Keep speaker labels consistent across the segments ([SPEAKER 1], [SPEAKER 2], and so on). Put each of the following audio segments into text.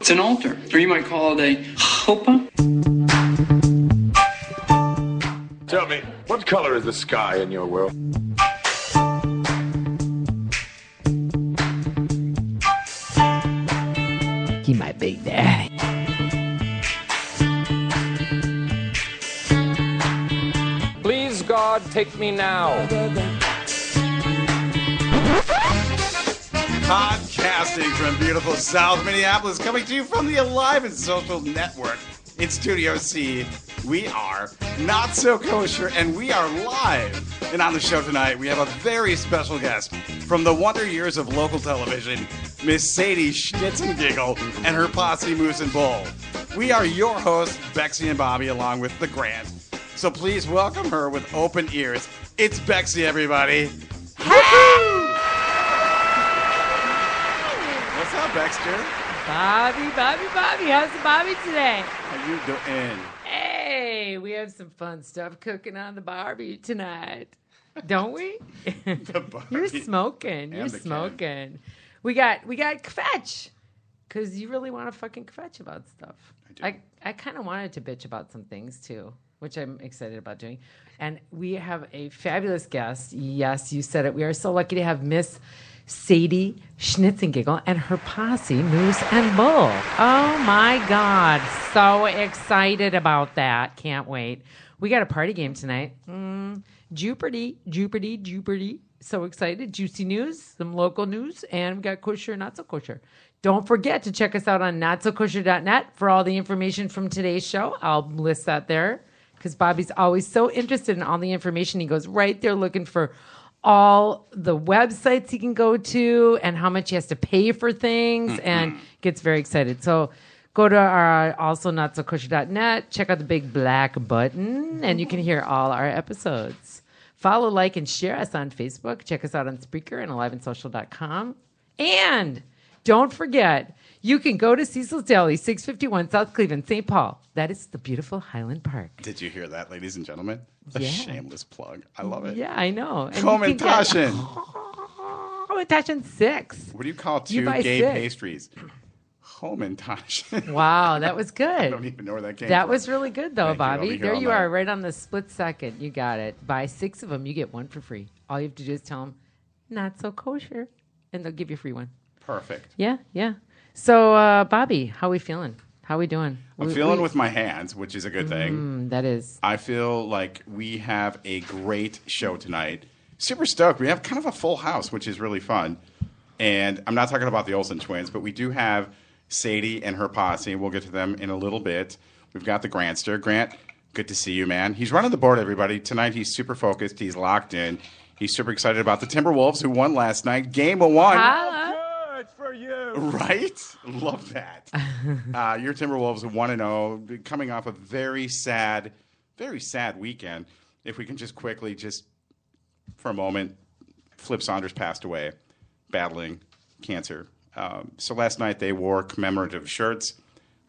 [SPEAKER 1] It's an altar, or you might call it a hopa.
[SPEAKER 2] Tell me, what color is the sky in your world?
[SPEAKER 3] He might be daddy.
[SPEAKER 4] Please, God, take me now.
[SPEAKER 5] Podcasting from beautiful South Minneapolis, coming to you from the Alive and Social Network in Studio C. We are not so kosher, and we are live. And on the show tonight, we have a very special guest from the wonder years of local television, Miss Sadie Schnitzengiegel and her posse Moose and Bull. We are your hosts, Bexy and Bobby, along with the Grant. So please welcome her with open ears. It's Bexy, everybody. What's up, Baxter?
[SPEAKER 3] Bobby, Bobby, Bobby. How's the Bobby today?
[SPEAKER 5] How you doing?
[SPEAKER 3] Hey, we have some fun stuff cooking on the Barbie tonight, don't we?
[SPEAKER 5] The Barbie.
[SPEAKER 3] You're smoking. You're
[SPEAKER 5] And the can.
[SPEAKER 3] smoking. We got we got kvetch because you really want to fucking kvetch about stuff. I
[SPEAKER 5] do.
[SPEAKER 3] I, kind of wanted to bitch about some things too, which I'm excited about doing. And we have a fabulous guest. Yes, you said it. We are so lucky to have Miss Sadie Schnitzengiggle and her posse, Moose and Bull. Oh my God. So excited about that. Can't wait. We got a party game tonight. Mm, Jupiter, Jupiter, Jupiter. So excited. Juicy news, some local news, and we got kosher, not so kosher. Don't forget to check us out on notsokosher.net for all the information from today's show. I'll list that there because Bobby's always so interested in all the information. He goes right there looking for all the websites he can go to and how much he has to pay for things and gets very excited. So go to our also notsokosher.net, check out the big black button, and you can hear all our episodes. Follow, like, and share us on Facebook. Check us out on Spreaker and aliveandsocial.com. And don't forget, you can go to Cecil's Deli, 651 South Cleveland, St. Paul. That is the beautiful Highland Park.
[SPEAKER 5] Did you hear that, ladies and gentlemen? A
[SPEAKER 3] Yeah.
[SPEAKER 5] shameless plug. I love it.
[SPEAKER 3] Yeah, I know. And you can get-
[SPEAKER 5] Commentation.
[SPEAKER 3] Commentation six.
[SPEAKER 5] What do you call two
[SPEAKER 3] You buy
[SPEAKER 5] gay
[SPEAKER 3] six.
[SPEAKER 5] pastries? Homentation.
[SPEAKER 3] Wow, that was
[SPEAKER 5] I don't
[SPEAKER 3] good.
[SPEAKER 5] even know where that came
[SPEAKER 3] That
[SPEAKER 5] from.
[SPEAKER 3] was really good, though,
[SPEAKER 5] Thank you. I'll be
[SPEAKER 3] Bobby.
[SPEAKER 5] here
[SPEAKER 3] There
[SPEAKER 5] all
[SPEAKER 3] you
[SPEAKER 5] night.
[SPEAKER 3] are, right on the split second. You got it. Buy six of them, you get one for free. All you have to do is tell them, not so kosher, and they'll give you a free one.
[SPEAKER 5] perfect.
[SPEAKER 3] Yeah, yeah. So, uh, Bobby, how we feeling? How we doing?
[SPEAKER 5] I'm
[SPEAKER 3] We-
[SPEAKER 5] feeling
[SPEAKER 3] we-
[SPEAKER 5] with my hands, which is a good thing.
[SPEAKER 3] Mm, that is.
[SPEAKER 5] I feel like we have a great show tonight. Super stoked. We have kind of a full house, which is really fun. And I'm not talking about the Olsen twins, but we do have Sadie and her posse. We'll get to them in a little bit. We've got the Grantster. Grant, good to see you, man. He's running the board, everybody. Tonight he's super focused. He's locked in. He's super excited about the Timberwolves who won last night. Game of one.
[SPEAKER 3] Holla.
[SPEAKER 2] Good for you.
[SPEAKER 5] Right? Love that. uh, your Timberwolves 1 0, coming off a very sad, very sad weekend. If we can just quickly, just for a moment, Flip Saunders passed away battling cancer. Um, so last night they wore commemorative shirts.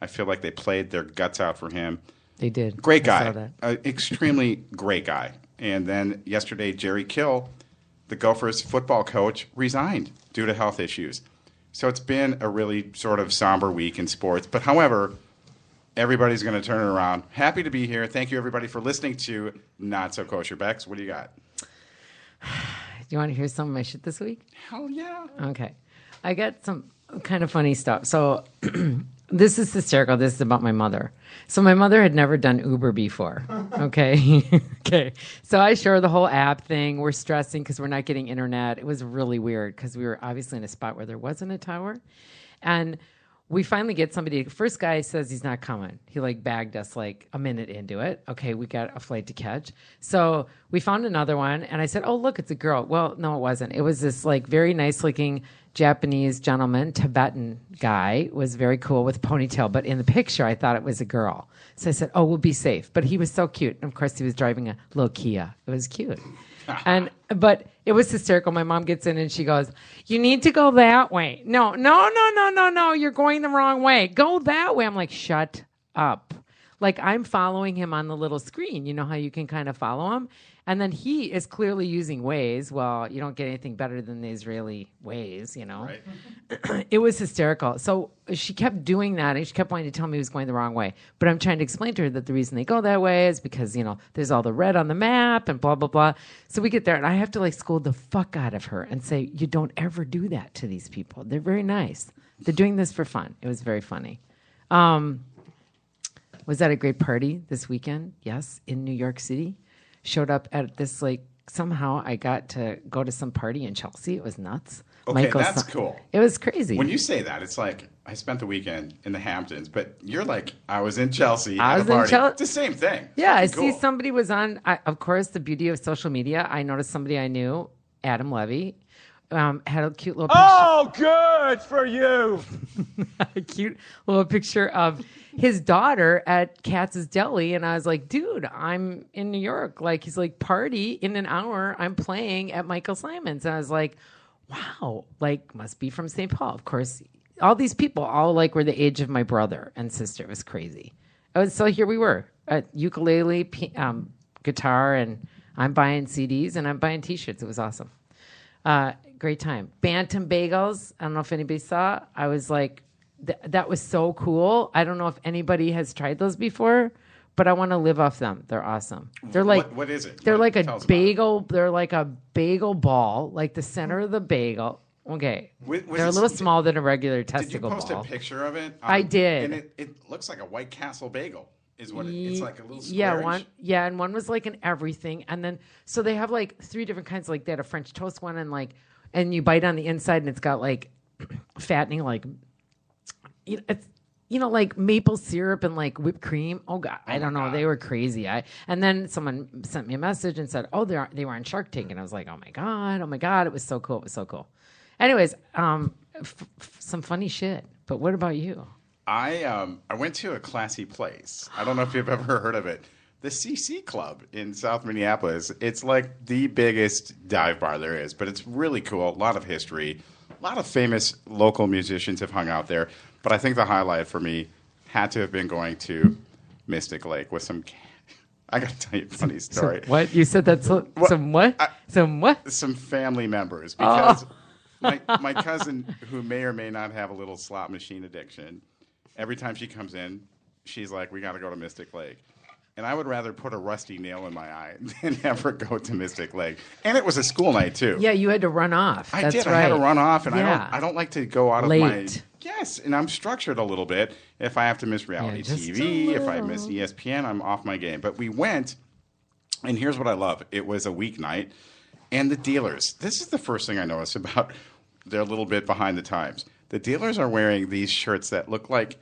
[SPEAKER 5] I feel like they played their guts out for him.
[SPEAKER 3] They did.
[SPEAKER 5] Great
[SPEAKER 3] I saw
[SPEAKER 5] guy.
[SPEAKER 3] that.
[SPEAKER 5] Uh, extremely great guy. And then yesterday, Jerry Kill, the Gophers football coach, resigned due to health issues. So it's been a really sort of somber week in sports. But however, everybody's going to turn it around. Happy to be here. Thank you, everybody, for listening to Not So Kosher Bex. What do you got?
[SPEAKER 3] Do you want to hear some of my shit this week?
[SPEAKER 5] Hell yeah.
[SPEAKER 3] Okay. I got some kind of funny stuff. So this is hysterical. This is about my mother. So my mother had never done Uber before. Okay. okay. So I showed her the whole app thing. We're stressing because we're not getting internet. It was really weird because we were obviously in a spot where there wasn't a tower. And we finally get somebody. First guy says he's not coming. He like bagged us like a minute into it. Okay, we got a flight to catch. So we found another one, and I said, "Oh, look, it's a girl." Well, no, it wasn't. It was this like very nice looking Japanese gentleman, Tibetan guy, was very cool with a ponytail. But in the picture, I thought it was a girl. So I said, "Oh, we'll be safe." But he was so cute, and of course, he was driving a little Kia. It was cute. And but it was hysterical. My mom gets in and she goes, "You need to go that way." No, no, no, no, no, no. You're going the wrong way. Go that way. I'm like, "Shut up." Like I'm following him on the little screen. You know how you can kind of follow him, And then he is clearly using ways. Well, you don't get anything better than the Israeli ways, you know.
[SPEAKER 5] Right.
[SPEAKER 3] It was hysterical. So she kept doing that, and she kept wanting to tell me he was going the wrong way. But I'm trying to explain to her that the reason they go that way is because you know there's all the red on the map and blah blah blah. So we get there, and I have to like scold the fuck out of her and say, "You don't ever do that to these people. They're very nice. They're doing this for fun." It was very funny. Um, was at a great party this weekend. Yes, in New York City. Showed up at this like somehow I got to go to some party in Chelsea. It was nuts.
[SPEAKER 5] Okay, that's cool.
[SPEAKER 3] It was crazy.
[SPEAKER 5] When you say that, it's like I spent the weekend in the Hamptons, but you're like I was in Chelsea.
[SPEAKER 3] I
[SPEAKER 5] at
[SPEAKER 3] was
[SPEAKER 5] a
[SPEAKER 3] in
[SPEAKER 5] party.
[SPEAKER 3] Chel-
[SPEAKER 5] It's the same thing.
[SPEAKER 3] Yeah, I
[SPEAKER 5] Cool.
[SPEAKER 3] see somebody was on. I, of course, the beauty of social media. I noticed somebody I knew, Adam Levy, um, had a cute little picture,
[SPEAKER 6] Oh, good for you.
[SPEAKER 3] a cute little picture of his daughter at Katz's Deli, and I was like, "Dude, I'm in New York." Like he's like, "Party in an hour. I'm playing at Michael Simon's," and I was like, "Wow, like must be from St. Paul." Of course, all these people all like were the age of my brother and sister. It was crazy. Oh, so here we were at ukulele, p- um, guitar, and I'm buying CDs and I'm buying T-shirts. It was awesome. Uh, great time. Bantam Bagels. I don't know if anybody saw. I was like, th- that was so cool. I don't know if anybody has tried those before, but I want to live off them. They're awesome. They're like
[SPEAKER 5] What- what is it?
[SPEAKER 3] They're
[SPEAKER 5] What-
[SPEAKER 3] like
[SPEAKER 5] tell
[SPEAKER 3] a
[SPEAKER 5] us about it.
[SPEAKER 3] bagel. They're like a bagel ball, like the center of the bagel. Okay,
[SPEAKER 5] Wa- was
[SPEAKER 3] they're a
[SPEAKER 5] this-
[SPEAKER 3] little smaller than a regular
[SPEAKER 5] Did you
[SPEAKER 3] testicle
[SPEAKER 5] post
[SPEAKER 3] ball.
[SPEAKER 5] a picture of it? Um,
[SPEAKER 3] I did.
[SPEAKER 5] And it, it looks like a White Castle bagel. Is what it, it's like a little.
[SPEAKER 3] yeah
[SPEAKER 5] squarish.
[SPEAKER 3] one yeah and one was like an everything and then so they have like three different kinds like they had a french toast one and like and you bite on the inside and it's got like fattening like you know, it's you know like maple syrup and like whipped cream oh god i don't know they were crazy i and then someone sent me a message and said oh they are they were on shark tank and i was like oh my god oh my god it was so cool it was so cool anyways um f- f- some funny shit but what about you
[SPEAKER 5] I um I went to a classy place. I don't know if you've ever heard of it. The CC Club in South Minneapolis. It's like the biggest dive bar there is, but it's really cool. A lot of history. A lot of famous local musicians have hung out there. But I think the highlight for me had to have been going to Mystic Lake with some. I gotta tell you a funny story.
[SPEAKER 3] What you said? That's so, some what? some what?
[SPEAKER 5] some family members because my, my cousin, who may or may not have a little slot machine addiction, every time she comes in, she's like, "We got to go to Mystic Lake." And I would rather put a rusty nail in my eye than ever go to Mystic Lake. And it was a school night too.
[SPEAKER 3] Yeah, you had to run off.
[SPEAKER 5] I
[SPEAKER 3] That's
[SPEAKER 5] did.
[SPEAKER 3] Right.
[SPEAKER 5] I had to run off, and I
[SPEAKER 3] Yeah.
[SPEAKER 5] don't. I don't like to go out of
[SPEAKER 3] Late.
[SPEAKER 5] my. Yes, and I'm structured a little bit. If I have to miss reality
[SPEAKER 3] Yeah, just a
[SPEAKER 5] TV, if I miss E ESPN, I'm off my game. But we went, and here's what I love: it was a weeknight, and the dealers. This is the first thing I noticed about. They're a little bit behind the times. The dealers are wearing these shirts that look like,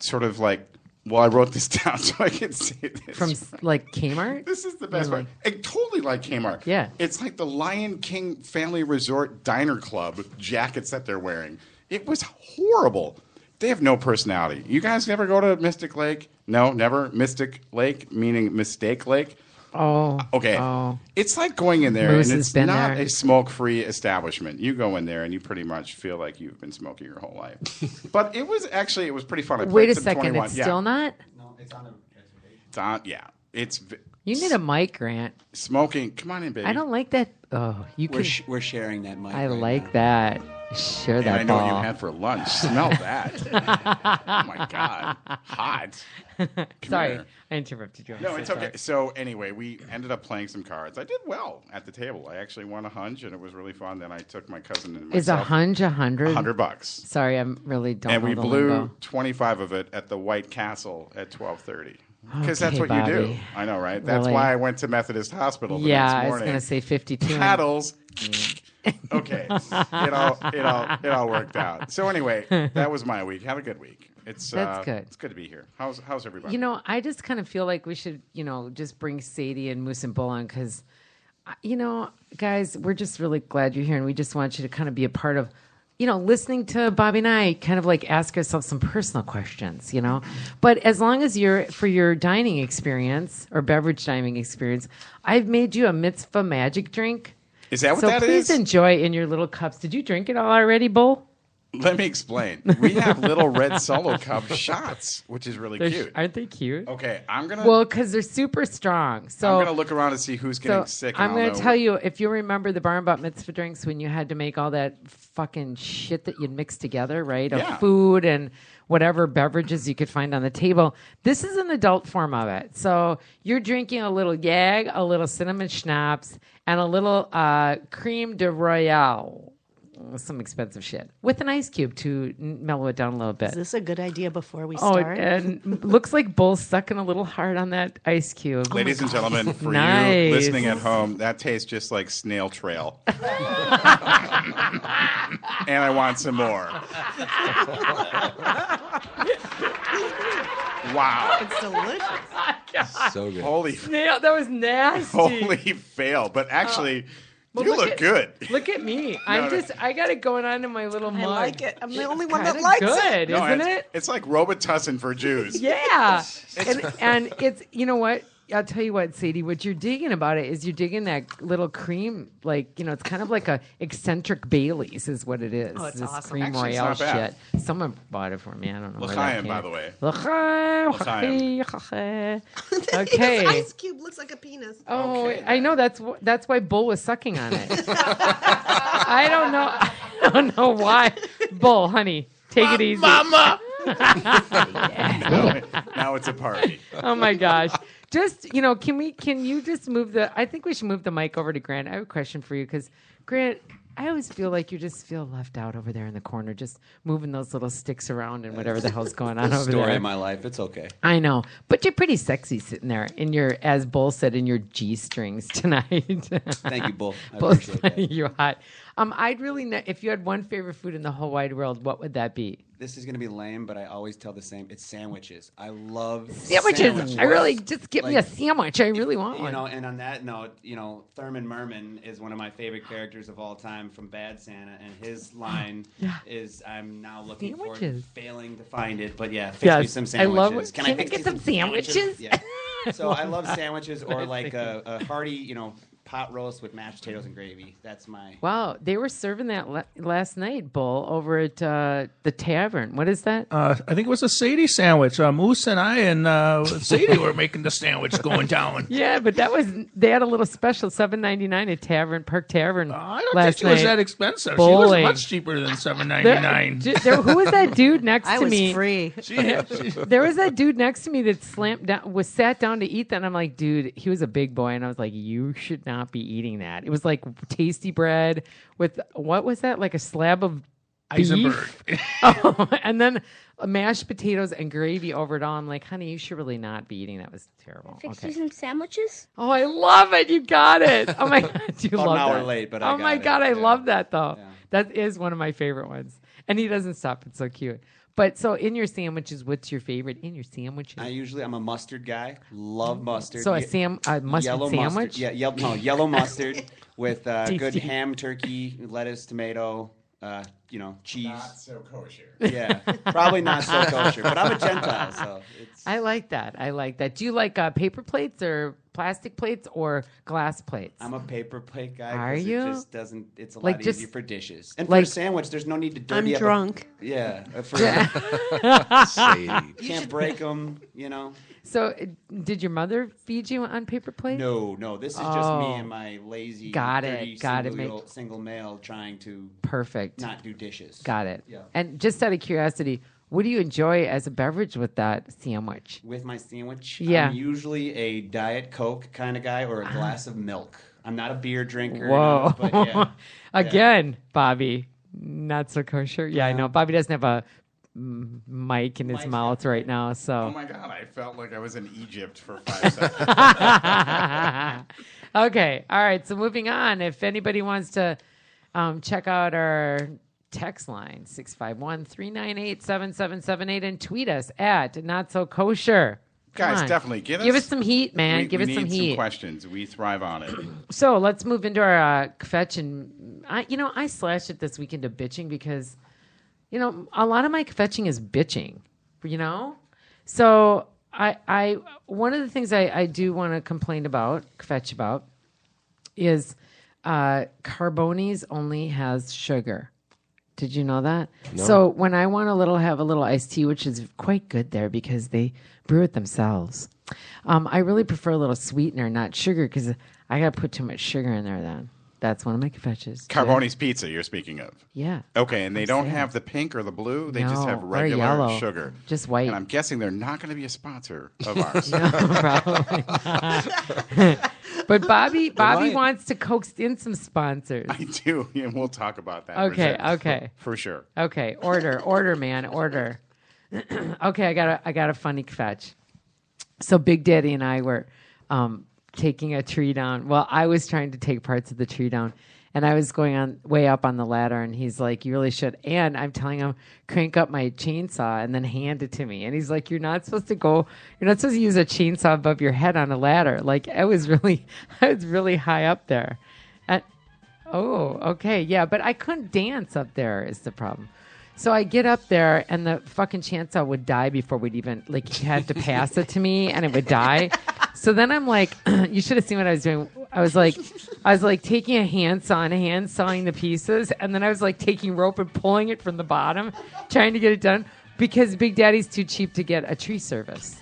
[SPEAKER 5] sort of like. Well, I wrote this down so I can say this
[SPEAKER 3] from s- like Kmart.
[SPEAKER 5] this is the best
[SPEAKER 3] Really?
[SPEAKER 5] part. It totally like Kmart.
[SPEAKER 3] Yeah.
[SPEAKER 5] It's like the Lion King Family Resort Diner Club jackets that they're wearing. It was horrible. They have no personality. You guys never go to Mystic Lake? No, never. Mystic Lake, meaning Mistake Lake.
[SPEAKER 3] Oh,
[SPEAKER 5] Okay.
[SPEAKER 3] Oh,
[SPEAKER 5] It's like going in there
[SPEAKER 3] Moose
[SPEAKER 5] and
[SPEAKER 3] has
[SPEAKER 5] it's
[SPEAKER 3] been
[SPEAKER 5] not
[SPEAKER 3] there.
[SPEAKER 5] a smoke free establishment. You go in there and you pretty much feel like you've been smoking your whole life. but it was actually it was pretty fun. I
[SPEAKER 3] wait
[SPEAKER 5] played
[SPEAKER 3] a
[SPEAKER 5] some
[SPEAKER 3] second.
[SPEAKER 5] 21.
[SPEAKER 3] It's
[SPEAKER 5] yeah.
[SPEAKER 3] still not.
[SPEAKER 5] It's on- yeah. It's v-
[SPEAKER 3] You need a mic, Grant.
[SPEAKER 5] smoking. Come on in, baby.
[SPEAKER 3] I don't like that. Oh, you
[SPEAKER 6] We're,
[SPEAKER 3] can.
[SPEAKER 6] sh- we're sharing that mic.
[SPEAKER 3] I
[SPEAKER 6] right
[SPEAKER 3] like
[SPEAKER 6] now.
[SPEAKER 3] that. Share
[SPEAKER 5] And
[SPEAKER 3] that
[SPEAKER 5] I know
[SPEAKER 3] ball.
[SPEAKER 5] what you had for lunch. Smell that. oh my God. Hot. Come
[SPEAKER 3] Sorry,
[SPEAKER 5] here.
[SPEAKER 3] I interrupted you. I'm
[SPEAKER 5] No,
[SPEAKER 3] so
[SPEAKER 5] it's okay.
[SPEAKER 3] sorry.
[SPEAKER 5] So anyway, we ended up playing some cards. I did well at the table. I actually won a hunch, and it was really fun. Then I took my cousin and myself.
[SPEAKER 3] Is a hunch a hundred?
[SPEAKER 5] Hundred bucks,
[SPEAKER 3] Sorry, I'm really don't.
[SPEAKER 5] and
[SPEAKER 3] know
[SPEAKER 5] we
[SPEAKER 3] the
[SPEAKER 5] blew
[SPEAKER 3] lingo.
[SPEAKER 5] twenty-five of it at the White Castle at twelve thirty. Because that's
[SPEAKER 3] Okay,
[SPEAKER 5] what you do.
[SPEAKER 3] Bobby.
[SPEAKER 5] I know, right? That's
[SPEAKER 3] Really?
[SPEAKER 5] why I went to Methodist Hospital. The
[SPEAKER 3] Yeah,
[SPEAKER 5] next
[SPEAKER 3] I was
[SPEAKER 5] morning.
[SPEAKER 3] gonna say fifty-two. and-
[SPEAKER 5] paddles.
[SPEAKER 3] Mm.
[SPEAKER 5] okay, it all it all it all worked out. So anyway, that was my week. Have a good week. It's
[SPEAKER 3] That's
[SPEAKER 5] uh,
[SPEAKER 3] good.
[SPEAKER 5] It's good to be here. How's how's everybody?
[SPEAKER 3] You know, I just kind of feel like we should, you know, just bring Sadie and Moose and Bull on because, you know, guys, we're just really glad you're here and we just want you to kind of be a part of, you know, listening to Bobby and I kind of like ask ourselves some personal questions, you know. But as long as you're for your dining experience or beverage dining experience, I've made you a mitzvah magic drink.
[SPEAKER 5] Is that what
[SPEAKER 3] so
[SPEAKER 5] that
[SPEAKER 3] please
[SPEAKER 5] is?
[SPEAKER 3] enjoy in your little cups. Did you drink it all already, Bull?
[SPEAKER 5] Let me explain. We have little red solo cup shots, which is really
[SPEAKER 3] They're-
[SPEAKER 5] cute.
[SPEAKER 3] Aren't they cute?
[SPEAKER 5] Okay, I'm gonna
[SPEAKER 3] Well, because they're super strong. So
[SPEAKER 5] Oh. I'm gonna look around and see who's
[SPEAKER 3] So
[SPEAKER 5] getting sick. and
[SPEAKER 3] I'm
[SPEAKER 5] I'll
[SPEAKER 3] going
[SPEAKER 5] know.
[SPEAKER 3] to tell you if you remember the bar and bat mitzvah drinks when you had to make all that fucking shit that you'd mix together, right? Of
[SPEAKER 5] Yeah.
[SPEAKER 3] food and whatever beverages you could find on the table. This is an adult form of it. So you're drinking a little yag, a little cinnamon schnapps, and a little uh, cream de royale. Some expensive shit with an ice cube to n- mellow it down a little bit.
[SPEAKER 7] Is this a good idea before we
[SPEAKER 3] oh,
[SPEAKER 7] start?
[SPEAKER 3] and and looks like Bull's sucking a little hard on that ice cube.
[SPEAKER 5] Ladies and gentlemen, for you
[SPEAKER 3] Oh Nice.
[SPEAKER 5] listening at home, that tastes just like snail trail. and I want some more. wow.
[SPEAKER 7] It's delicious.
[SPEAKER 6] So good.
[SPEAKER 5] Holy
[SPEAKER 3] Yeah, that was nasty.
[SPEAKER 5] holy fail. But actually, you
[SPEAKER 3] Oh. look
[SPEAKER 5] look,
[SPEAKER 3] at-
[SPEAKER 5] good.
[SPEAKER 3] Look at me.
[SPEAKER 5] no.
[SPEAKER 3] I'm just, I got it going on in my little mug.
[SPEAKER 7] I like it. I'm the only one that
[SPEAKER 3] Kinda
[SPEAKER 7] likes it.
[SPEAKER 3] good,
[SPEAKER 5] No,
[SPEAKER 3] isn't
[SPEAKER 5] it's,
[SPEAKER 3] it?
[SPEAKER 5] it's like Robitussin for Jews.
[SPEAKER 3] Yeah. and, and it's, you know what? I'll tell you what, Sadie, what you're digging about it is you're digging that little cream, like, you know, it's kind of like a eccentric Bailey's is what it is.
[SPEAKER 7] Oh, it's
[SPEAKER 3] this
[SPEAKER 7] awesome.
[SPEAKER 3] cream
[SPEAKER 5] Actually, it's
[SPEAKER 3] royale
[SPEAKER 5] not bad.
[SPEAKER 3] shit. Someone bought it for me. I don't know. where that
[SPEAKER 5] L'chaim,
[SPEAKER 3] came.
[SPEAKER 5] by the way.
[SPEAKER 3] L'chaim.
[SPEAKER 5] L'chaim.
[SPEAKER 3] L'chaim.
[SPEAKER 7] This
[SPEAKER 3] Okay.
[SPEAKER 7] ice cube looks like a penis.
[SPEAKER 3] Oh, I know. That's wh- that's why Bull was sucking on it. I don't know. I don't know why. Bull, honey, take it easy.
[SPEAKER 5] Mama! now, now it's a party.
[SPEAKER 3] Oh my gosh. Just you know, can we? Can you just move the? I think we should move the mic over to Grant. I have a question for you because Grant, I always feel like you just feel left out over there in the corner, just moving those little sticks around and whatever the hell's going on over
[SPEAKER 6] Story
[SPEAKER 3] there.
[SPEAKER 6] of my life. It's okay.
[SPEAKER 3] I know, but you're pretty sexy sitting there in your, as Bull said, in your g strings tonight.
[SPEAKER 6] Thank you, Bull. I
[SPEAKER 3] Both
[SPEAKER 6] appreciate that.
[SPEAKER 3] you hot. Um, I'd really know if you had one favorite food in the whole wide world, what would that be?
[SPEAKER 6] This is gonna be lame, but I always tell the same. It's sandwiches. I love
[SPEAKER 3] Sandwiches. I really just give me a
[SPEAKER 6] Like,
[SPEAKER 3] sandwich. I really want
[SPEAKER 6] You
[SPEAKER 3] one.
[SPEAKER 6] know, and on that note, you know, Thurman Merman is one of my favorite characters of all time from Bad Santa, and his line
[SPEAKER 3] Yeah.
[SPEAKER 6] is, "I'm now looking
[SPEAKER 3] Sandwiches.
[SPEAKER 6] for it, failing to find it, but yeah, fix me
[SPEAKER 3] Yes.
[SPEAKER 6] some
[SPEAKER 3] I
[SPEAKER 6] sandwiches.
[SPEAKER 3] love-
[SPEAKER 6] Can,
[SPEAKER 3] can
[SPEAKER 6] I
[SPEAKER 3] I
[SPEAKER 6] fix
[SPEAKER 3] get
[SPEAKER 6] you
[SPEAKER 3] some sandwiches?
[SPEAKER 6] Yeah. So I love sandwiches or like a, a hearty, you know, pot roast with mashed potatoes and gravy. That's my.
[SPEAKER 3] wow, they were serving that la- last night, Bull, over at uh, the tavern. What is that?
[SPEAKER 8] Uh, I think it was a Sadie sandwich. Uh, Moose and I and uh, Sadie were making the sandwich going down.
[SPEAKER 3] yeah, but that was they had a little special, seven ninety nine at Tavern Park Tavern.
[SPEAKER 8] I don't
[SPEAKER 3] last
[SPEAKER 8] think she was
[SPEAKER 3] night.
[SPEAKER 8] that expensive. She
[SPEAKER 3] Bowling.
[SPEAKER 8] was much cheaper than seven ninety
[SPEAKER 3] There-
[SPEAKER 8] nine.
[SPEAKER 3] d- there- who was that dude next
[SPEAKER 7] I
[SPEAKER 3] to
[SPEAKER 7] was
[SPEAKER 3] me?
[SPEAKER 7] free.
[SPEAKER 3] there was that dude next to me that slammed down was sat down to eat that and i'm like dude he was a big boy and i was like you should not be eating that it was like tasty bread with what was that like a slab of
[SPEAKER 8] Eisenberg.
[SPEAKER 3] oh, and then mashed potatoes and gravy over it all i'm like honey you should really not be eating that It was terrible
[SPEAKER 9] Fix
[SPEAKER 3] okay.
[SPEAKER 9] you some sandwiches?
[SPEAKER 3] oh i love it you got it oh my god you
[SPEAKER 6] About an
[SPEAKER 3] love
[SPEAKER 6] hour
[SPEAKER 3] that.
[SPEAKER 6] late, but
[SPEAKER 3] oh
[SPEAKER 6] I
[SPEAKER 3] my
[SPEAKER 6] got it.
[SPEAKER 3] god i
[SPEAKER 6] Yeah.
[SPEAKER 3] love that though
[SPEAKER 6] Yeah.
[SPEAKER 3] that is one of my favorite ones and he doesn't stop it's so cute but so in your sandwiches what's your favorite in your sandwiches
[SPEAKER 6] I usually I'm a mustard guy. Love mustard.
[SPEAKER 3] Mm. So a
[SPEAKER 6] Ye-
[SPEAKER 3] sam a mustard
[SPEAKER 6] yellow
[SPEAKER 3] sandwich.
[SPEAKER 6] Mustard. Yeah, yellow, no, yellow mustard with uh, good
[SPEAKER 3] Tasty.
[SPEAKER 6] ham, turkey, lettuce, tomato, uh, you know, cheese.
[SPEAKER 5] Not so kosher.
[SPEAKER 6] Yeah, probably not so kosher, but I'm a Gentile, so it's
[SPEAKER 3] I like that. I like that. Do you like uh, paper plates or plastic plates or glass plates?
[SPEAKER 6] I'm a paper plate guy. 'cause
[SPEAKER 3] Are you?
[SPEAKER 6] It just doesn't. It's a
[SPEAKER 3] Like,
[SPEAKER 6] lot
[SPEAKER 3] just-
[SPEAKER 6] easier for dishes and for
[SPEAKER 3] like-
[SPEAKER 6] a sandwich. There's no need to dirty
[SPEAKER 7] I'm
[SPEAKER 6] up. a-
[SPEAKER 7] drunk.
[SPEAKER 6] yeah, uh, for, can't
[SPEAKER 10] Sadie.
[SPEAKER 6] break them. You know.
[SPEAKER 3] so, uh, did your mother feed you on paper plates?
[SPEAKER 6] No, no. This is just me
[SPEAKER 3] Oh.
[SPEAKER 6] and my lazy,
[SPEAKER 3] Got it,
[SPEAKER 6] dirty
[SPEAKER 3] got it,
[SPEAKER 6] single,
[SPEAKER 3] make-
[SPEAKER 6] year- single male trying to
[SPEAKER 3] Perfect.
[SPEAKER 6] not do dishes.
[SPEAKER 3] Got it.
[SPEAKER 6] Yeah.
[SPEAKER 3] And just out of curiosity, what do you enjoy as a beverage with that sandwich?
[SPEAKER 6] with my sandwich.
[SPEAKER 3] Yeah. Ah.
[SPEAKER 6] I'm usually a Diet Coke kind of guy or a glass of milk. I'm not a beer drinker.
[SPEAKER 3] Whoa.
[SPEAKER 6] no, but yeah.
[SPEAKER 3] Again, Bobby, not so kosher. Yeah, I know. Bobby doesn't have a mm, mic in his
[SPEAKER 6] Mic's
[SPEAKER 3] mouth right now. So.
[SPEAKER 5] Oh my god, I felt like I was in Egypt for five seconds.
[SPEAKER 3] okay. All right. So moving on. If anybody wants to um, check out our text line, 651 398 7778, and tweet us at Not So Kosher. Come
[SPEAKER 5] Guys,
[SPEAKER 3] on.
[SPEAKER 5] definitely give us-
[SPEAKER 3] some heat, man.
[SPEAKER 5] we,
[SPEAKER 3] give
[SPEAKER 5] we
[SPEAKER 3] us
[SPEAKER 5] need
[SPEAKER 3] some
[SPEAKER 5] some
[SPEAKER 3] heat.
[SPEAKER 5] questions. We thrive on it.
[SPEAKER 3] so let's move into our uh, fetch and I, you know, I slashed it this weekend to bitching because, you know, a lot of my fetching is bitching, you know. So I, I, one of the things I, I do want to complain about, fetch about, is uh, Carboni's only has sugar. Did you know that? So when I want a little, have a little iced tea, which is quite good there because they brew it themselves. Um, I really prefer a little sweetener, not sugar, because I got to put too much sugar in there. Then that's one of my confessions.
[SPEAKER 5] Carboni's Pizza, you're speaking of.
[SPEAKER 3] Yeah.
[SPEAKER 5] Okay, and they don't
[SPEAKER 3] saying.
[SPEAKER 5] have the pink or the blue. They just
[SPEAKER 3] No,
[SPEAKER 5] have
[SPEAKER 3] or
[SPEAKER 5] regular
[SPEAKER 3] yellow.
[SPEAKER 5] sugar.
[SPEAKER 3] Just white.
[SPEAKER 5] And I'm guessing they're not going to be a sponsor of ours.
[SPEAKER 3] Probably not. but Bobby, Bobby
[SPEAKER 9] might.
[SPEAKER 3] wants to coax in some sponsors.
[SPEAKER 5] I do, and we'll talk about that.
[SPEAKER 3] Okay,
[SPEAKER 5] for sure.
[SPEAKER 3] okay. Uh,
[SPEAKER 5] For sure.
[SPEAKER 3] Okay, order, order, man, order. okay, I got a, I got a funny fetch. So Big Daddy and I were um, taking a tree down. Well, I was trying to take parts of the tree down, and I was going on way up on the ladder, and he's like, "You really should." And I'm telling him, "Crank up my chainsaw and then hand it to me." And he's like, "You're not supposed to go. You're not supposed to use a chainsaw above your head on a ladder." Like I was really, I was really high up there. And, Oh, okay. Yeah, but I couldn't dance up there is the problem. So I get up there and the fucking chainsaw would die before we'd even like he had to pass it to me and it would die. So then I'm like, you should have seen what I was doing. I was like, I was like taking a handsaw and hand sawing the pieces, and then I was like taking rope and pulling it from the bottom, trying to get it done because Big Daddy's too cheap to get a tree service,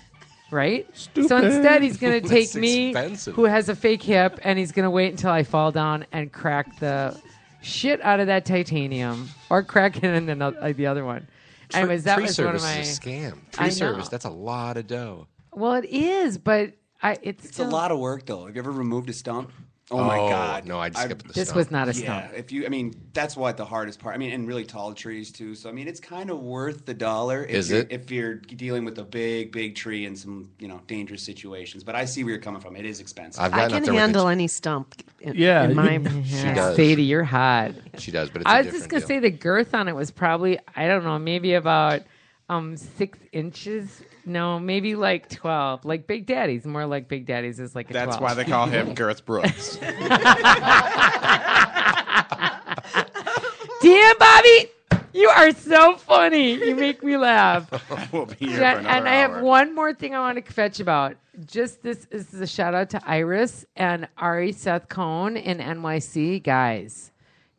[SPEAKER 3] right? So instead, he's gonna take
[SPEAKER 9] That's
[SPEAKER 3] me,
[SPEAKER 9] expensive.
[SPEAKER 3] who has a fake hip and he's going to wait until I fall down and crack the shit out of that titanium or crack it in the, no- like the other one. Anyways, that
[SPEAKER 9] Tree
[SPEAKER 3] was one
[SPEAKER 9] service
[SPEAKER 3] of my.
[SPEAKER 9] is a scam.
[SPEAKER 3] I
[SPEAKER 9] Tree
[SPEAKER 3] know.
[SPEAKER 9] service, that's a lot of dough.
[SPEAKER 3] Well, it is, but I, it's,
[SPEAKER 6] It's a
[SPEAKER 3] still-
[SPEAKER 6] lot of work, though. Have you ever removed a stump? Oh, my
[SPEAKER 9] Oh,
[SPEAKER 6] God.
[SPEAKER 9] No, I just skipped the
[SPEAKER 3] This
[SPEAKER 9] stump.
[SPEAKER 3] was not a
[SPEAKER 6] Yeah,
[SPEAKER 3] stump.
[SPEAKER 6] if you, I mean, that's what the hardest part. I mean, and really tall trees too. So I mean, it's kind of worth the dollar. If
[SPEAKER 9] Is
[SPEAKER 6] you're,
[SPEAKER 9] it?
[SPEAKER 6] If you're dealing with a big, big tree and some, you know, dangerous situations. But I see where you're coming from. It is expensive.
[SPEAKER 9] I've
[SPEAKER 7] I
[SPEAKER 9] gotten up
[SPEAKER 7] can
[SPEAKER 9] there with a-
[SPEAKER 7] handle any stump. In,
[SPEAKER 8] Yeah,
[SPEAKER 7] in
[SPEAKER 8] you-
[SPEAKER 7] my
[SPEAKER 9] does.
[SPEAKER 3] Sadie, you're hot.
[SPEAKER 9] She does, but it's
[SPEAKER 3] I
[SPEAKER 9] a
[SPEAKER 3] was just
[SPEAKER 9] different
[SPEAKER 3] going to
[SPEAKER 9] deal.
[SPEAKER 3] say the girth on it was probably, I don't know, maybe about um, six inches. No, maybe like 12. Like Big Daddy's, more like Big Daddy's is like a
[SPEAKER 5] That's
[SPEAKER 3] 12.
[SPEAKER 5] why they call him Girth Brooks.
[SPEAKER 3] Damn, Bobby, you are so funny. You make me laugh.
[SPEAKER 5] we'll be here
[SPEAKER 3] Yeah,
[SPEAKER 5] for
[SPEAKER 3] and
[SPEAKER 5] another
[SPEAKER 3] I have
[SPEAKER 5] hour.
[SPEAKER 3] one more thing I want to fetch about. Just this, this is a shout out to Iris and Ari Seth Cohn in NYC. Guys,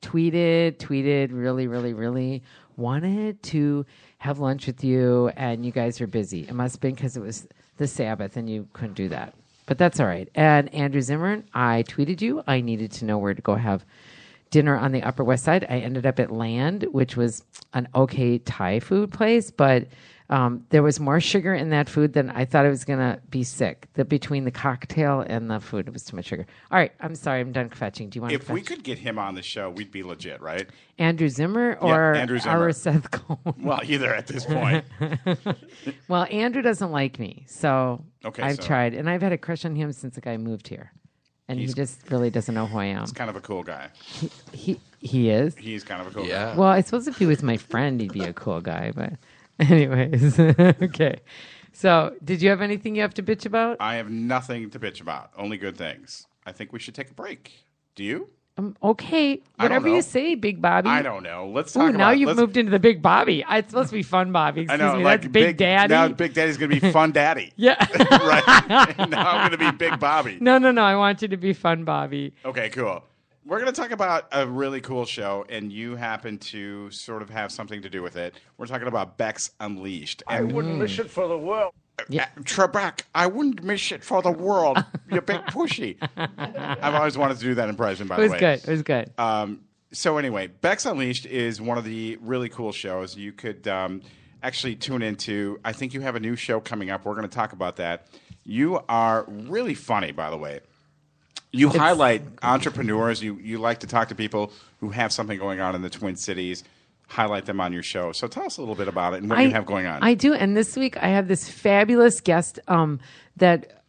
[SPEAKER 3] tweeted, tweeted, really, really, really wanted to have lunch with you, and you guys were busy. It must have been because it was the Sabbath and you couldn't do that. But that's all right. And Andrew Zimmern, I tweeted you. I needed to know where to go have dinner on the Upper West Side. I ended up at Land, which was an okay Thai food place, but um, there was more sugar in that food than I thought I was going to be sick. The, between the cocktail and the food, it was too much sugar. All right, I'm sorry, I'm done fetching. Do you want
[SPEAKER 5] If
[SPEAKER 3] to
[SPEAKER 5] we could get him on the show, we'd be legit, right?
[SPEAKER 3] Andrew Zimmer or
[SPEAKER 5] Andrew Zimmer.
[SPEAKER 3] our Seth Cohen?
[SPEAKER 5] Well, either at this point.
[SPEAKER 3] Well, Andrew doesn't like me, so
[SPEAKER 5] Okay,
[SPEAKER 3] I've
[SPEAKER 5] so-
[SPEAKER 3] tried, and I've had a crush on him since the guy moved here, and he
[SPEAKER 5] He's-
[SPEAKER 3] just really doesn't know who I am.
[SPEAKER 5] He's kind of a cool guy.
[SPEAKER 3] He he is.
[SPEAKER 5] He's kind of a cool guy.
[SPEAKER 9] Yeah.
[SPEAKER 3] Well, I suppose if he was my friend, he'd be a cool guy. But, anyways, okay. So, did you have anything you have to bitch about?
[SPEAKER 5] I have nothing to bitch about, only good things. I think we should take a break. Do you?
[SPEAKER 3] Um, okay,
[SPEAKER 5] I don't
[SPEAKER 3] whatever
[SPEAKER 5] know.
[SPEAKER 3] you say, Big Bobby.
[SPEAKER 5] I don't know. Let's
[SPEAKER 3] Ooh,
[SPEAKER 5] talk
[SPEAKER 3] now
[SPEAKER 5] about
[SPEAKER 3] you've
[SPEAKER 5] let's-
[SPEAKER 3] moved into the Big Bobby. I- It's supposed to be fun, Bobby.
[SPEAKER 5] I
[SPEAKER 3] Excuse
[SPEAKER 5] know,
[SPEAKER 3] me,
[SPEAKER 5] like
[SPEAKER 3] that's Big, Daddy.
[SPEAKER 5] Now Big Daddy's gonna be Fun Daddy,
[SPEAKER 3] yeah.
[SPEAKER 5] right? now I'm gonna be Big Bobby.
[SPEAKER 3] no, no, no. I want you to be fun, Bobby.
[SPEAKER 5] Okay, cool. We're going to talk about a really cool show, and you happen to sort of have something to do with it. We're talking about Bex Unleashed. And Uh,
[SPEAKER 2] Wouldn't miss it for the world.
[SPEAKER 3] Yeah.
[SPEAKER 5] Trebek, I wouldn't miss it for the world. You're big pushy. I've always wanted to do that impression, by
[SPEAKER 3] It was
[SPEAKER 5] the way.
[SPEAKER 3] good. It was good.
[SPEAKER 5] Um, so anyway, Bex Unleashed is one of the really cool shows you could um, actually tune into. I think you have a new show coming up. We're going to talk about that. You are really funny, by the way. You highlight entrepreneurs. You you like to talk to people who have something going on in the Twin Cities. Highlight them on your show. So tell us a little bit about it and what you have going on.
[SPEAKER 3] I do. And this week I have this fabulous guest um, that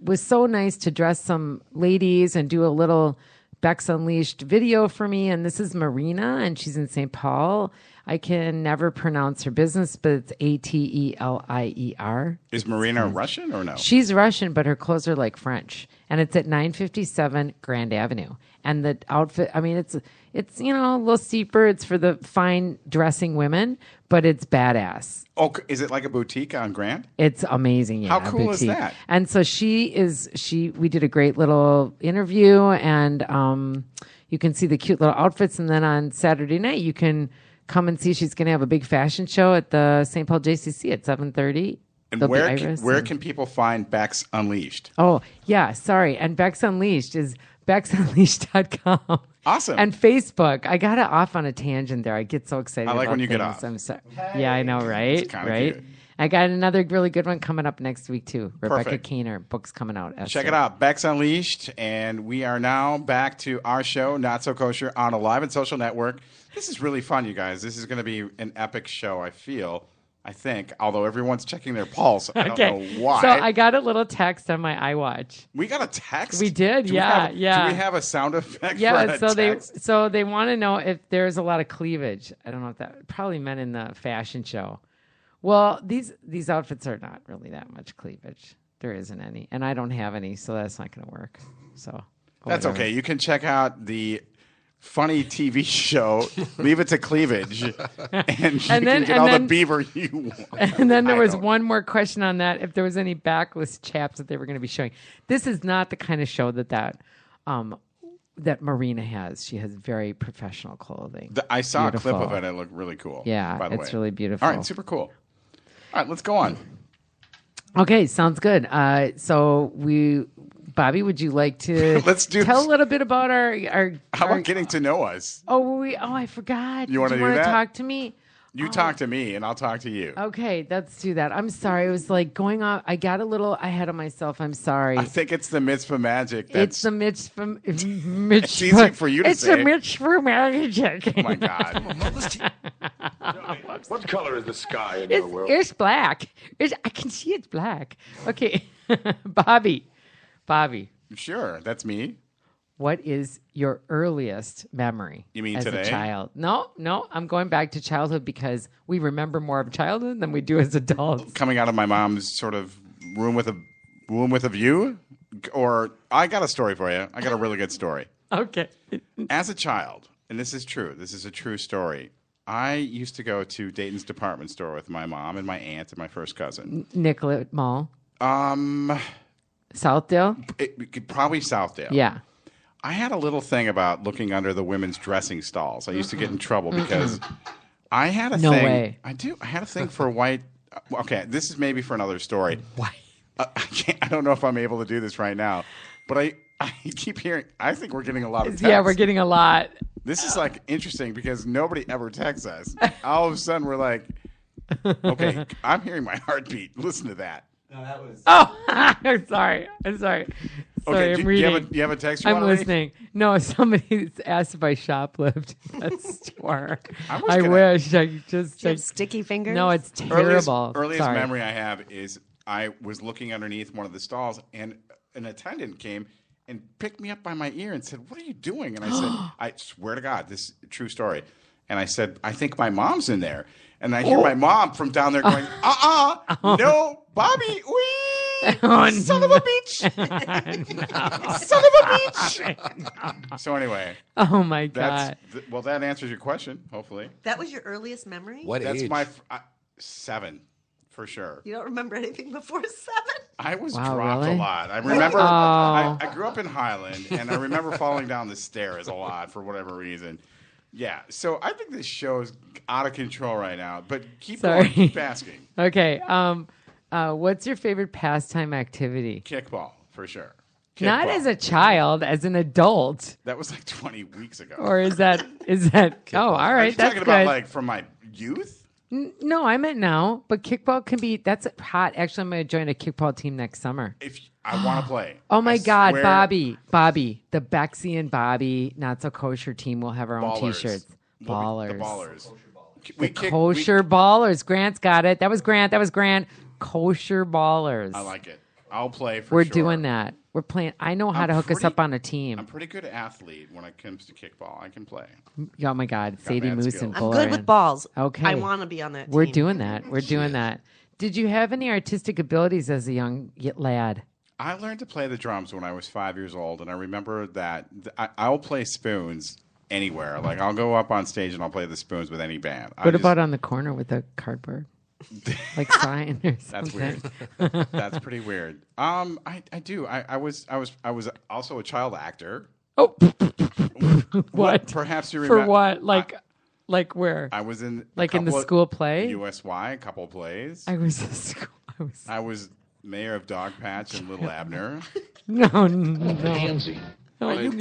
[SPEAKER 3] was so nice to dress some ladies and do a little Bex Unleashed video for me. And this is Marina, and she's in St. Paul. I can never pronounce her business, but it's A T E L I E R.
[SPEAKER 5] is Marina Russian or no?
[SPEAKER 3] She's Russian, but her clothes are like French, and it's at 957 Grand Avenue. And the outfit, I mean, it's it's you know a little steeper. It's for the fine dressing women, but it's badass.
[SPEAKER 5] oh, c- is it like a boutique on Grand?
[SPEAKER 3] It's amazing. Yeah,
[SPEAKER 5] How cool is
[SPEAKER 3] boutique.
[SPEAKER 5] that?
[SPEAKER 3] And so she is. She we did a great little interview, and um, you can see the cute little outfits. And then on Saturday night, you can come and see. She's going to have a big fashion show at the St. Paul JCC at seven thirty.
[SPEAKER 5] And where can, where can people find Bex Unleashed?
[SPEAKER 3] Oh, yeah. Sorry. And Bex Unleashed is BexUnleashed.com.
[SPEAKER 5] Awesome.
[SPEAKER 3] And Facebook. I got it off on a tangent there. I get so excited.
[SPEAKER 5] I like
[SPEAKER 3] about
[SPEAKER 5] when you get
[SPEAKER 3] things.
[SPEAKER 5] off.
[SPEAKER 3] I'm sorry. Yeah, I know, right?
[SPEAKER 5] kinda
[SPEAKER 3] right.
[SPEAKER 5] cute.
[SPEAKER 3] I got another really good one coming up next week too. Rebecca
[SPEAKER 5] Perfect.
[SPEAKER 3] Keener book's coming out.
[SPEAKER 5] Check it out, Bex Unleashed, and we are now back to our show, Not So Kosher, on Alive and Social Network. This is really fun, you guys. This is going to be an epic show. I feel, I think, although everyone's checking their pulse. I don't
[SPEAKER 3] Okay.
[SPEAKER 5] know why.
[SPEAKER 3] So I got a little text on my iWatch.
[SPEAKER 5] we got a text.
[SPEAKER 3] We did,
[SPEAKER 5] Do
[SPEAKER 3] yeah,
[SPEAKER 5] have,
[SPEAKER 3] yeah.
[SPEAKER 5] Do we have a sound effect? for
[SPEAKER 3] Yeah,
[SPEAKER 5] a
[SPEAKER 3] so
[SPEAKER 5] text?
[SPEAKER 3] they so they want to know if there's a lot of cleavage. I don't know if that probably meant in the fashion show. Well, these these outfits are not really that much cleavage. There isn't any, and I don't have any, so that's not going to work. So
[SPEAKER 5] That's
[SPEAKER 3] whatever.
[SPEAKER 5] okay. You can check out the funny TV show, Leave It to Cleavage, and you
[SPEAKER 3] And then-
[SPEAKER 5] can get
[SPEAKER 3] and
[SPEAKER 5] all
[SPEAKER 3] then-
[SPEAKER 5] the beaver you want.
[SPEAKER 3] And then there
[SPEAKER 5] I
[SPEAKER 3] was
[SPEAKER 5] don't-
[SPEAKER 3] one more question on that: if there was any backlist chaps that they were going to be showing. This is not the kind of show that that um, that Marina has. She has very professional clothing.
[SPEAKER 5] The- I saw a clip
[SPEAKER 3] Beautiful.
[SPEAKER 5] of it. It looked really cool.
[SPEAKER 3] Yeah,
[SPEAKER 5] by the
[SPEAKER 3] it's
[SPEAKER 5] way.
[SPEAKER 3] really beautiful.
[SPEAKER 5] All right, super cool. All right, let's go on.
[SPEAKER 3] Okay, sounds good. Uh, so we, Bobby, would you like to
[SPEAKER 5] Let's do-
[SPEAKER 3] tell a little bit about our our?
[SPEAKER 5] How
[SPEAKER 3] our-
[SPEAKER 5] about getting to know us?
[SPEAKER 3] Oh, we. Oh, I forgot.
[SPEAKER 5] You wanna
[SPEAKER 3] Did
[SPEAKER 5] do
[SPEAKER 3] wanna
[SPEAKER 5] that?
[SPEAKER 3] talk to me?
[SPEAKER 5] You talk to me, and I'll talk to you.
[SPEAKER 3] Okay, let's do that. I'm sorry. It was like going on. I got a little ahead of myself. I'm sorry.
[SPEAKER 5] I think it's the mitzvah magic. That's,
[SPEAKER 3] It's the Mitch from Mitch. It's
[SPEAKER 5] easy for you to
[SPEAKER 3] It's
[SPEAKER 5] say.
[SPEAKER 3] the Mitch from magic.
[SPEAKER 5] oh my god.
[SPEAKER 2] What color is the sky in your
[SPEAKER 3] It's,
[SPEAKER 2] world?
[SPEAKER 3] it's black. It's, I can see it's black. Okay, Bobby, Bobby,
[SPEAKER 5] sure, that's me.
[SPEAKER 3] what is your earliest memory?
[SPEAKER 5] You mean
[SPEAKER 3] as
[SPEAKER 5] today?
[SPEAKER 3] a child? No, no. I'm going back to childhood because we remember more of childhood than we do as adults.
[SPEAKER 5] Coming out of my mom's sort of room with a room with a view, or I got a story for you. I got a really good story.
[SPEAKER 3] Okay.
[SPEAKER 5] as a child, and this is true, this is a true story. I used to go to Dayton's department store with my mom and my aunt and my first cousin.
[SPEAKER 3] Nicollet Mall,
[SPEAKER 5] Um,
[SPEAKER 3] Southdale.
[SPEAKER 5] it, it- probably Southdale.
[SPEAKER 3] Yeah.
[SPEAKER 5] I had a little thing about looking under the women's dressing stalls. I used to get in trouble because I had a
[SPEAKER 3] No
[SPEAKER 5] thing.
[SPEAKER 3] way.
[SPEAKER 5] I do. I had a thing for white. uh, Okay, this is maybe for another story.
[SPEAKER 3] Why?
[SPEAKER 5] Uh, I can't. I don't know if I'm able to do this right now, but I. I keep hearing. I think we're getting a lot of. Texts.
[SPEAKER 3] Yeah, we're getting a lot.
[SPEAKER 5] This is like interesting because nobody ever texts us. All of a sudden, we're like, okay, I'm hearing my heartbeat. Listen to that.
[SPEAKER 6] No, that was.
[SPEAKER 3] Oh, I'm sorry. I'm sorry. Sorry,
[SPEAKER 5] Okay,
[SPEAKER 3] I'm
[SPEAKER 5] do, do
[SPEAKER 3] reading.
[SPEAKER 5] you have a, do you have a text you
[SPEAKER 3] I'm
[SPEAKER 5] wanna read?
[SPEAKER 3] listening. No, somebody asked if I shoplift at that store.
[SPEAKER 5] I
[SPEAKER 3] I,
[SPEAKER 5] was gonna-
[SPEAKER 3] wish I could just
[SPEAKER 7] Do you have
[SPEAKER 3] like,
[SPEAKER 7] sticky fingers?
[SPEAKER 3] no, it's
[SPEAKER 5] Earliest,
[SPEAKER 3] terrible.
[SPEAKER 5] earliest
[SPEAKER 3] Sorry.
[SPEAKER 5] memory I have is I was looking underneath one of the stalls and an attendant came and picked me up by my ear and said, What are you doing? And I said, I swear to God, this is a true story. And I said, I think my mom's in there. And I hear
[SPEAKER 3] Oh.
[SPEAKER 5] my mom from down there going, uh uh no, Bobby,
[SPEAKER 3] Oh,
[SPEAKER 5] wee, son of a bitch, son of a bitch. so, anyway,
[SPEAKER 3] Oh my
[SPEAKER 5] that's
[SPEAKER 3] god.
[SPEAKER 5] th- well, that answers your question, hopefully.
[SPEAKER 7] That was your earliest memory?
[SPEAKER 9] What
[SPEAKER 5] That's
[SPEAKER 9] age?
[SPEAKER 5] my f- I, seven for sure.
[SPEAKER 7] You don't remember anything before seven?
[SPEAKER 5] I was
[SPEAKER 3] Wow,
[SPEAKER 5] dropped
[SPEAKER 3] really?
[SPEAKER 5] a lot. I remember
[SPEAKER 7] Oh.
[SPEAKER 5] I, I grew up in Highland and I remember falling down the stairs a lot for whatever reason. Yeah, so I think this show is out of control right now, but keep
[SPEAKER 3] Sorry.
[SPEAKER 5] going, keep asking.
[SPEAKER 3] Okay. Um, uh, what's your favorite pastime activity?
[SPEAKER 5] Kickball for sure. Kickball.
[SPEAKER 3] Not as a child, as an adult,
[SPEAKER 5] that was like 20 weeks ago.
[SPEAKER 3] or is that is that? Oh, all
[SPEAKER 5] Are
[SPEAKER 3] right.
[SPEAKER 5] you
[SPEAKER 3] that's
[SPEAKER 5] talking
[SPEAKER 3] good.
[SPEAKER 5] about like from my youth?
[SPEAKER 3] no, I meant now, but kickball can be. That's hot. Actually, I'm going to join a kickball team next summer.
[SPEAKER 5] If I want to play.
[SPEAKER 3] Oh my
[SPEAKER 5] I
[SPEAKER 3] God,
[SPEAKER 5] swear-
[SPEAKER 3] Bobby, Bobby, the Bexy and Bobby not so kosher team will have our own
[SPEAKER 5] Ballers.
[SPEAKER 3] T-shirts.
[SPEAKER 5] We'll be-
[SPEAKER 3] Ballers,
[SPEAKER 5] The ballers. We kick, we-
[SPEAKER 3] kosher ballers. Grant's got it. That was Grant. That was Grant. Kosher ballers.
[SPEAKER 5] I like it. I'll play for
[SPEAKER 3] We're
[SPEAKER 5] sure.
[SPEAKER 3] doing that. We're playing. I know how
[SPEAKER 5] I'm
[SPEAKER 3] to hook us
[SPEAKER 5] pretty-
[SPEAKER 3] up on a team.
[SPEAKER 5] I'm pretty good athlete when it comes to kickball. I can play.
[SPEAKER 3] oh my God, Sadie
[SPEAKER 5] mad
[SPEAKER 3] Moose
[SPEAKER 5] skills.
[SPEAKER 3] and
[SPEAKER 7] I'm
[SPEAKER 3] Buller
[SPEAKER 7] good with
[SPEAKER 3] and-
[SPEAKER 7] balls.
[SPEAKER 3] Okay.
[SPEAKER 7] I want to be on that
[SPEAKER 3] We're
[SPEAKER 7] team.
[SPEAKER 3] doing that. We're doing that. Did you have any artistic abilities as a young y- lad?
[SPEAKER 5] I learned to play the drums when I was five years old, and I remember that th- I, I'll play spoons anywhere. Like I'll go up on stage and I'll play the spoons with any band. I
[SPEAKER 3] What
[SPEAKER 5] just-
[SPEAKER 3] about um, on the corner with a cardboard, like sign or something?
[SPEAKER 5] That's weird. That's pretty weird. Um, I, I do. I, I was I was I was also a child actor.
[SPEAKER 3] Oh, what?
[SPEAKER 5] Perhaps you
[SPEAKER 3] For
[SPEAKER 5] remember
[SPEAKER 3] what? Like, Like where?
[SPEAKER 5] I was in a
[SPEAKER 3] like in the
[SPEAKER 5] couple of
[SPEAKER 3] school play?
[SPEAKER 5] USY, a couple of plays.
[SPEAKER 3] I was in school. I was
[SPEAKER 5] I was mayor of Dogpatch and Little Abner.
[SPEAKER 3] no, no.
[SPEAKER 5] Are you
[SPEAKER 3] Oh, yeah,
[SPEAKER 5] kidding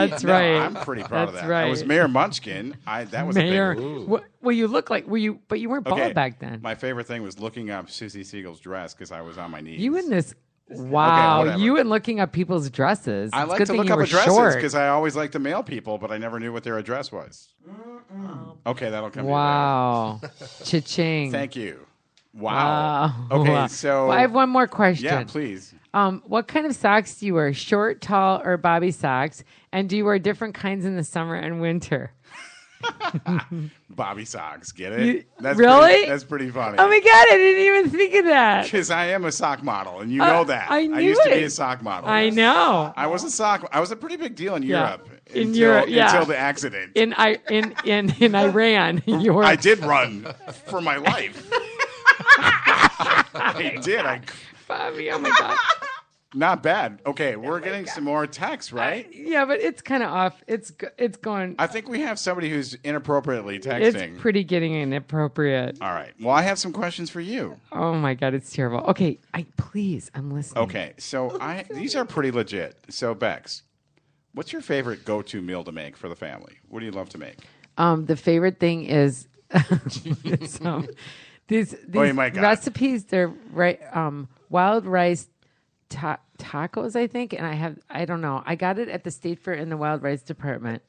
[SPEAKER 5] me?
[SPEAKER 3] that's
[SPEAKER 5] No,
[SPEAKER 3] right.
[SPEAKER 5] I'm pretty proud of
[SPEAKER 3] That's
[SPEAKER 5] that. I was
[SPEAKER 3] right.
[SPEAKER 5] Mayor Munchkin. I that was
[SPEAKER 3] Mayor.
[SPEAKER 5] A big,
[SPEAKER 9] Ooh.
[SPEAKER 3] Wha- well, you look like were you, but you weren't bald
[SPEAKER 5] Okay,
[SPEAKER 3] back then.
[SPEAKER 5] My favorite thing was looking up Susie Siegel's dress because I was on my knees.
[SPEAKER 3] you and this. Wow,
[SPEAKER 5] whatever.
[SPEAKER 3] you and looking up people's dresses.
[SPEAKER 5] I
[SPEAKER 3] It's
[SPEAKER 5] like
[SPEAKER 3] good
[SPEAKER 5] to
[SPEAKER 3] thing
[SPEAKER 5] look
[SPEAKER 3] you
[SPEAKER 5] up
[SPEAKER 3] were
[SPEAKER 5] addresses
[SPEAKER 3] short.
[SPEAKER 5] because I always like to mail people, but I never knew what their address was. Okay, that'll come. to you later.
[SPEAKER 3] Wow, cha-ching.
[SPEAKER 5] Thank you. Wow.
[SPEAKER 3] Wow.
[SPEAKER 5] Okay, so
[SPEAKER 3] Well, I have one more question.
[SPEAKER 5] Yeah, please.
[SPEAKER 3] Um, what kind of socks do you wear? Short, tall, or bobby socks? And do you wear different kinds in the summer and winter?
[SPEAKER 5] Bobby socks. Get it?
[SPEAKER 3] You-
[SPEAKER 5] pretty-
[SPEAKER 3] really?
[SPEAKER 5] that's pretty funny.
[SPEAKER 3] Oh my god, I didn't even think of that.
[SPEAKER 5] Because I am a sock model, and you
[SPEAKER 3] Uh,
[SPEAKER 5] know that.
[SPEAKER 3] I knew
[SPEAKER 5] used to be
[SPEAKER 3] it.
[SPEAKER 5] a sock model.
[SPEAKER 3] I know.
[SPEAKER 5] I was a sock. I was a pretty big deal in
[SPEAKER 3] Yeah.
[SPEAKER 5] Europe.
[SPEAKER 3] In
[SPEAKER 5] until,
[SPEAKER 3] Europe, yeah.
[SPEAKER 5] Until the accident.
[SPEAKER 3] In I in in in Iran, you were
[SPEAKER 5] I did run for my life. I did. I,
[SPEAKER 3] Bobby. Oh my god.
[SPEAKER 5] not bad. Okay, we're getting some more texts, right?
[SPEAKER 3] Yeah, but it's kind of off. It's go- it's going.
[SPEAKER 5] I think we have somebody who's inappropriately texting.
[SPEAKER 3] It's pretty getting inappropriate.
[SPEAKER 5] All right. Well, I have some questions for you.
[SPEAKER 3] Oh my god, it's terrible. Okay, I please, I'm listening.
[SPEAKER 5] Okay,
[SPEAKER 3] Oh,
[SPEAKER 5] so I these are pretty legit. So Bex, what's your favorite go-to meal to make for the family? What do you love to make?
[SPEAKER 3] Um, the favorite thing is it's, um, these these
[SPEAKER 5] Oh, my God.
[SPEAKER 3] recipes. They're right. Um, wild rice ta- tacos, I think. And I have I don't know. I got it at the state fair in the wild rice department,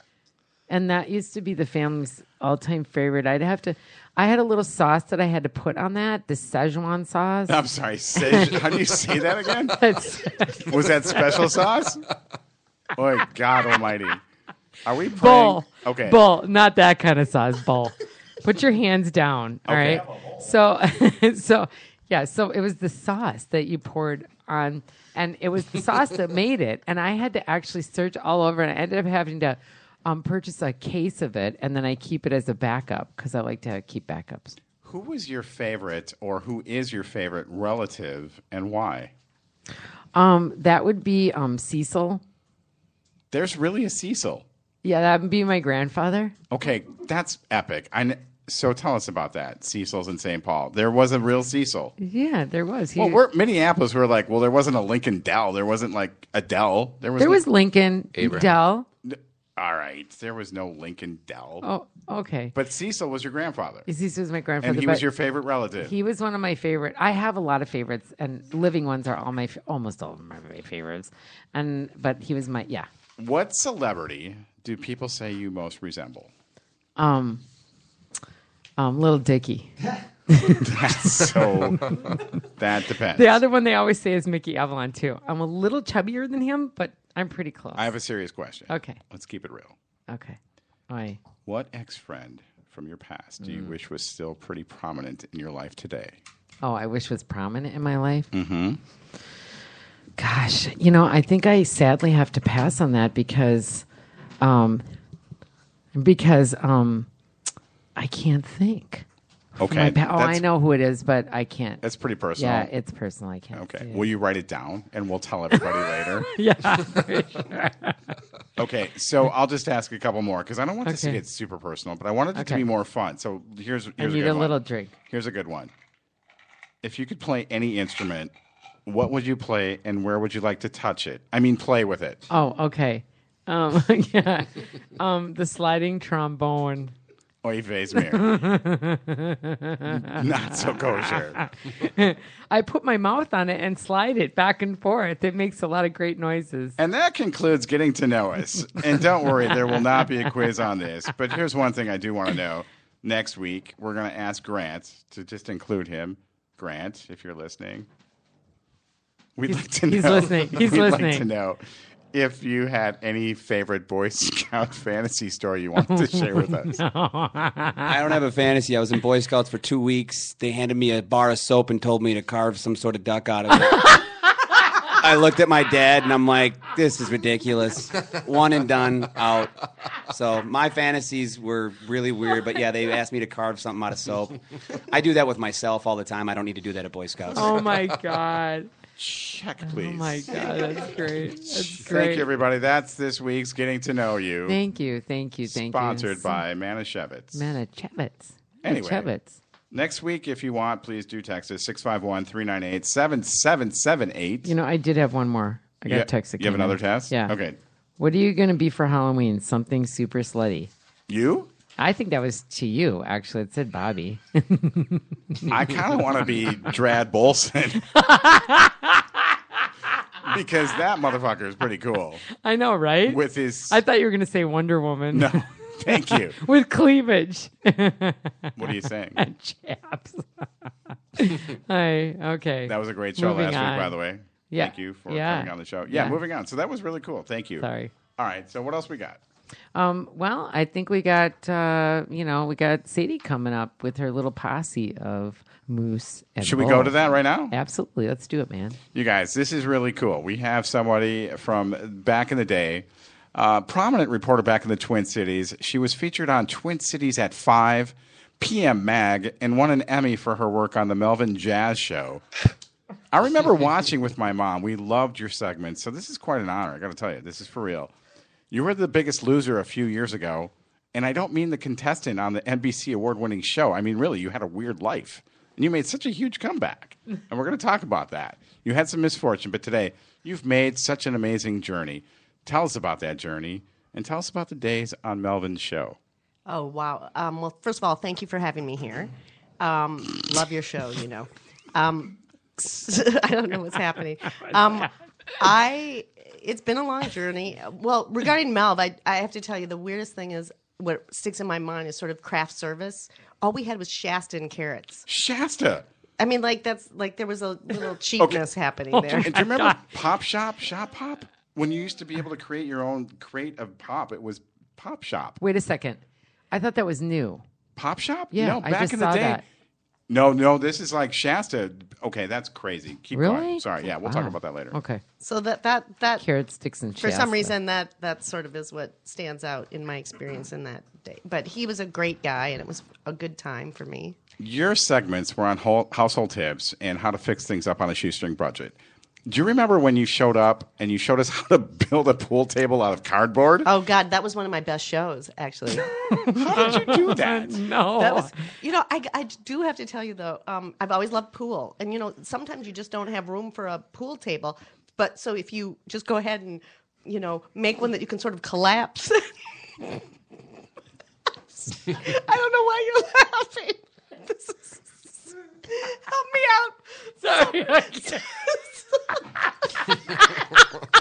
[SPEAKER 3] and that used to be the family's all time favorite. I'd have to. I had a little sauce that I had to put on that, the Szechuan sauce.
[SPEAKER 5] I'm sorry, Sej, how do you say that again?
[SPEAKER 3] That's-
[SPEAKER 5] Was that special sauce? Oh God Almighty! Are we playing?
[SPEAKER 3] bull.
[SPEAKER 5] Okay.
[SPEAKER 3] Bull, not that kind of sauce. Bull. Put your hands down. All
[SPEAKER 5] Okay.
[SPEAKER 3] right. So, so yeah. So it was the sauce that you poured on, and it was the sauce that made it. And I had to actually search all over, and I ended up having to. Um, purchase a case of it, and then I keep it as a backup because I like to keep backups.
[SPEAKER 5] Who was your favorite, or who is your favorite relative, and why?
[SPEAKER 3] Um, that would be um, Cecil.
[SPEAKER 5] There's really a Cecil.
[SPEAKER 3] Yeah, that would be my grandfather.
[SPEAKER 5] Okay, that's epic. I kn- so tell us about that. Cecil's in St. Paul. There was a real Cecil.
[SPEAKER 3] Yeah, there was. He,
[SPEAKER 5] Well, we're Minneapolis. We're like, well, there wasn't a Lincoln Dell. There wasn't like a Dell. There was.
[SPEAKER 3] there was Lincoln,
[SPEAKER 9] Abraham.
[SPEAKER 3] Dell.
[SPEAKER 5] All right, there was no Lincoln Dell.
[SPEAKER 3] Oh, okay.
[SPEAKER 5] But Cecil was your grandfather,
[SPEAKER 3] Cecil was my grandfather.
[SPEAKER 5] and he
[SPEAKER 3] but-
[SPEAKER 5] was your favorite relative.
[SPEAKER 3] He was one of my favorite. I have a lot of favorites, and living ones are all my fa- almost all of my my favorites. And but he was my yeah.
[SPEAKER 5] What celebrity do people say you most resemble?
[SPEAKER 3] Um, um, little Dicky.
[SPEAKER 5] So that depends.
[SPEAKER 3] The other one they always say is Mickey Avalon too. I'm a little chubbier than him, but I'm pretty close.
[SPEAKER 5] I have a serious question.
[SPEAKER 3] Okay.
[SPEAKER 5] Let's keep it real.
[SPEAKER 3] okay. I
[SPEAKER 5] What ex friend from your past
[SPEAKER 3] Mm.
[SPEAKER 5] do you wish was still pretty prominent in your life today?
[SPEAKER 3] oh I wish was prominent in my life. Mm-hmm. Gosh, you know I think I sadly have to pass on that because, um, because um, I can't think.
[SPEAKER 5] Okay.
[SPEAKER 3] My pa- oh, I
[SPEAKER 5] that's-
[SPEAKER 3] know who it is, but I can't.
[SPEAKER 5] That's pretty personal.
[SPEAKER 3] yeah, it's personal. I can't.
[SPEAKER 5] okay.
[SPEAKER 3] say it.
[SPEAKER 5] Will you write it down and we'll tell everybody later?
[SPEAKER 3] yeah.
[SPEAKER 5] Okay. So I'll just ask a couple more because I don't want this to
[SPEAKER 3] Okay.
[SPEAKER 5] get super personal, but I wanted it to
[SPEAKER 3] Okay.
[SPEAKER 5] be more fun. So here's, here's
[SPEAKER 3] I
[SPEAKER 5] a,
[SPEAKER 3] need
[SPEAKER 5] good
[SPEAKER 3] a
[SPEAKER 5] one.
[SPEAKER 3] little drink.
[SPEAKER 5] Here's a good one. If you could play any instrument, what would you play and where would you like to touch it? I mean, play with it.
[SPEAKER 3] Oh, okay. Um, yeah. Um, the sliding trombone.
[SPEAKER 5] Oy vey's mirror. Not so kosher.
[SPEAKER 3] I put my mouth on it and slide it back and forth. It makes a lot of great noises.
[SPEAKER 5] And that concludes getting to know us. And don't worry, there will not be a quiz on this. But here's one thing I do want to know. Next week, we're going to ask Grant to just include him. Grant, if you're listening, we'd like to know.
[SPEAKER 3] he's listening. He's
[SPEAKER 5] we'd Like to
[SPEAKER 3] listening.
[SPEAKER 5] know if you had any favorite Boy Scout fantasy story you wanted to share with us.
[SPEAKER 6] I don't have a fantasy. I was in Boy Scouts for two weeks. They handed me a bar of soap and told me to carve some sort of duck out of it. I looked at my dad and I'm like, this is ridiculous. One and done, out. So my fantasies were really weird, but yeah, they asked me to carve something out of soap. I do that with myself all the time. I don't need to do that at Boy Scouts.
[SPEAKER 3] Oh my god.
[SPEAKER 5] check,
[SPEAKER 3] Oh
[SPEAKER 5] please.
[SPEAKER 3] my god, that's great. That's great.
[SPEAKER 5] Thank you, everybody. That's this week's Getting to Know You.
[SPEAKER 3] Thank you, thank you, thank you.
[SPEAKER 5] sponsored by Manischewitz.
[SPEAKER 3] Manischewitz.
[SPEAKER 5] Anyway.
[SPEAKER 3] Manischewitz.
[SPEAKER 5] Next week, if you want, please do text us 651 398 7778.
[SPEAKER 3] You know, I did have one more. I got a text. that
[SPEAKER 5] You have
[SPEAKER 3] came in.
[SPEAKER 5] another test?
[SPEAKER 3] Yeah.
[SPEAKER 5] Okay.
[SPEAKER 3] What are you going to be for Halloween? Something super slutty.
[SPEAKER 5] You?
[SPEAKER 3] I think that was to you, actually. It said Bobby.
[SPEAKER 5] I kind of want to be Drad Bolson. because that motherfucker is pretty cool.
[SPEAKER 3] I know, right?
[SPEAKER 5] With his.
[SPEAKER 3] I thought you were going to say Wonder Woman.
[SPEAKER 5] no. Thank you.
[SPEAKER 3] With cleavage.
[SPEAKER 5] What are you saying?
[SPEAKER 3] Chaps. I, okay.
[SPEAKER 5] That was a great show
[SPEAKER 3] Moving
[SPEAKER 5] last
[SPEAKER 3] on.
[SPEAKER 5] week, by the way.
[SPEAKER 3] Yeah.
[SPEAKER 5] Thank you for
[SPEAKER 3] Yeah.
[SPEAKER 5] coming on the show. Yeah,
[SPEAKER 3] Yeah.
[SPEAKER 5] moving on. So that was really cool. Thank you.
[SPEAKER 3] Sorry.
[SPEAKER 5] All right. So what else we got?
[SPEAKER 3] Um, well, I think we got, uh, you know, we got Sadie coming up with her little posse of moose. And
[SPEAKER 5] Should we go
[SPEAKER 3] bull.
[SPEAKER 5] to that right now?
[SPEAKER 3] Absolutely. Let's do it, man.
[SPEAKER 5] You guys, this is really cool. We have somebody from back in the day, uh, prominent reporter back in the Twin Cities. She was featured on Twin Cities at 5 p.m. Mag and won an Emmy for her work on the Melvin Jazz Show. I remember watching with my mom. We loved your segment. So this is quite an honor. I got to tell you, this is for real. You were the biggest loser a few years ago. And I don't mean the contestant on the NBC award winning show. I mean, really, you had a weird life. And you made such a huge comeback. And we're going to talk about that. You had some misfortune, but today you've made such an amazing journey. Tell us about that journey and tell us about the days on Melvin's show.
[SPEAKER 7] Oh wow. Um, well, first of all, thank you for having me here. Um, love your show. You know. Um, I don't know what's happening. Um, I. It's been a long journey. Well, regarding Melv, I, I have to tell you the weirdest thing is what sticks in my mind is sort of craft service. All we had was Shasta and carrots.
[SPEAKER 5] Shasta.
[SPEAKER 7] I mean, like that's like there was a little cheapness happening there.
[SPEAKER 5] And do you remember Pop Shop, Shop Pop? When you used to be able to create your own crate of pop, it was Pop Shop.
[SPEAKER 3] Wait a second. I thought that was new.
[SPEAKER 5] Pop Shop?
[SPEAKER 3] Yeah,
[SPEAKER 5] no,
[SPEAKER 3] I
[SPEAKER 5] back
[SPEAKER 3] just
[SPEAKER 5] in the
[SPEAKER 3] saw
[SPEAKER 5] day.
[SPEAKER 3] that.
[SPEAKER 5] No, no, this is like Shasta. Okay, that's crazy. Keep
[SPEAKER 3] Really?
[SPEAKER 5] going. Sorry, yeah, we'll talk
[SPEAKER 3] Wow.
[SPEAKER 5] about that later.
[SPEAKER 3] Okay.
[SPEAKER 7] So that that that
[SPEAKER 3] Carrot sticks and
[SPEAKER 7] for some
[SPEAKER 3] Shasta.
[SPEAKER 7] reason that that sort of is what stands out in my experience in that day. But he was a great guy, and it was a good time for me.
[SPEAKER 5] Your segments were on hol- household tips and how to fix things up on a shoestring budget. Do you remember when you showed up and you showed us how to build a pool table out of cardboard?
[SPEAKER 7] Oh God, that was one of my best shows, actually.
[SPEAKER 5] How did you do that?
[SPEAKER 3] No.
[SPEAKER 7] That was, you know, I, I do have to tell you though, um, I've always loved pool, and you know, sometimes you just don't have room for a pool table. But so if you just go ahead and you know make one that you can sort of collapse. I don't know why you're laughing. This is, help me out.
[SPEAKER 3] Sorry.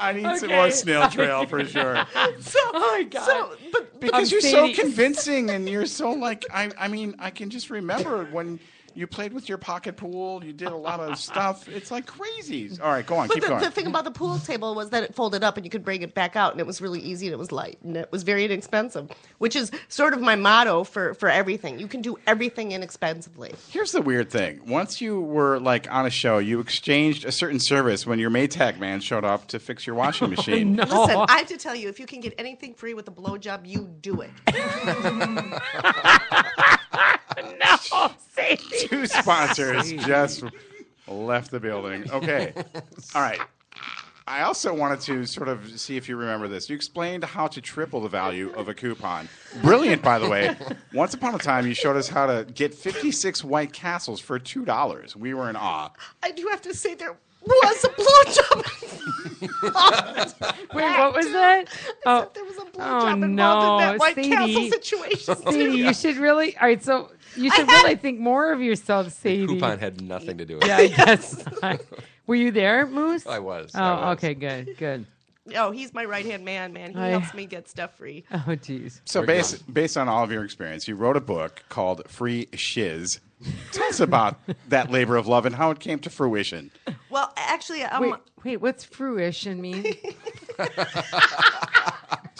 [SPEAKER 5] I need some
[SPEAKER 3] Okay.
[SPEAKER 5] more snail trail for sure.
[SPEAKER 7] So, oh my God. So, but
[SPEAKER 5] Because
[SPEAKER 3] I'm
[SPEAKER 5] you're
[SPEAKER 3] Sadie.
[SPEAKER 5] so convincing and you're so like, I, I mean, I can just remember when you played with your pocket pool, you did a lot of stuff. It's like crazy. All right, go on,
[SPEAKER 7] But
[SPEAKER 5] keep
[SPEAKER 7] the,
[SPEAKER 5] going.
[SPEAKER 7] the thing about the pool table was that it folded up and you could bring it back out, and it was really easy and it was light and it was very inexpensive, which is sort of my motto for, for everything. You can do everything inexpensively.
[SPEAKER 5] Here's the weird thing. Once you were like on a show, you exchanged a certain service when your Maytag man showed up to fix your washing machine.
[SPEAKER 3] no.
[SPEAKER 7] Listen, I have to tell you, if you can get anything free with a blowjob, you do it.
[SPEAKER 3] Oh, Sadie.
[SPEAKER 5] Two sponsors just left the building. Okay. All right. I also wanted to sort of see if you remember this. You explained how to triple the value of a coupon. Brilliant, by the way. Once upon a time, you showed us how to get 56 White Castles for $2. We were in awe.
[SPEAKER 7] I do have to say, there was a blowjob.
[SPEAKER 3] Wait, what was that? Oh,
[SPEAKER 7] there was a blowjob
[SPEAKER 3] Oh,
[SPEAKER 7] involved
[SPEAKER 3] no,
[SPEAKER 7] in that White
[SPEAKER 3] Sadie.
[SPEAKER 7] Castle situation.
[SPEAKER 3] Sadie, you should really. All right, so you should
[SPEAKER 7] had-
[SPEAKER 3] really think more of yourself, Sadie.
[SPEAKER 9] Coupon had nothing to do with
[SPEAKER 3] yeah,
[SPEAKER 9] it.
[SPEAKER 3] I guess. not. Were you there, Moose?
[SPEAKER 9] I was,
[SPEAKER 3] Oh,
[SPEAKER 9] I was.
[SPEAKER 3] okay, good, good.
[SPEAKER 7] Oh, he's my right hand man, man. He
[SPEAKER 3] I-
[SPEAKER 7] helps me get stuff free.
[SPEAKER 3] Oh, geez.
[SPEAKER 5] So based based on all of your experience, you wrote a book called Free Shiz. Tell us about that labor of love and how it came to fruition.
[SPEAKER 7] Well, actually, um,
[SPEAKER 3] Wait, wait, what's fruition mean?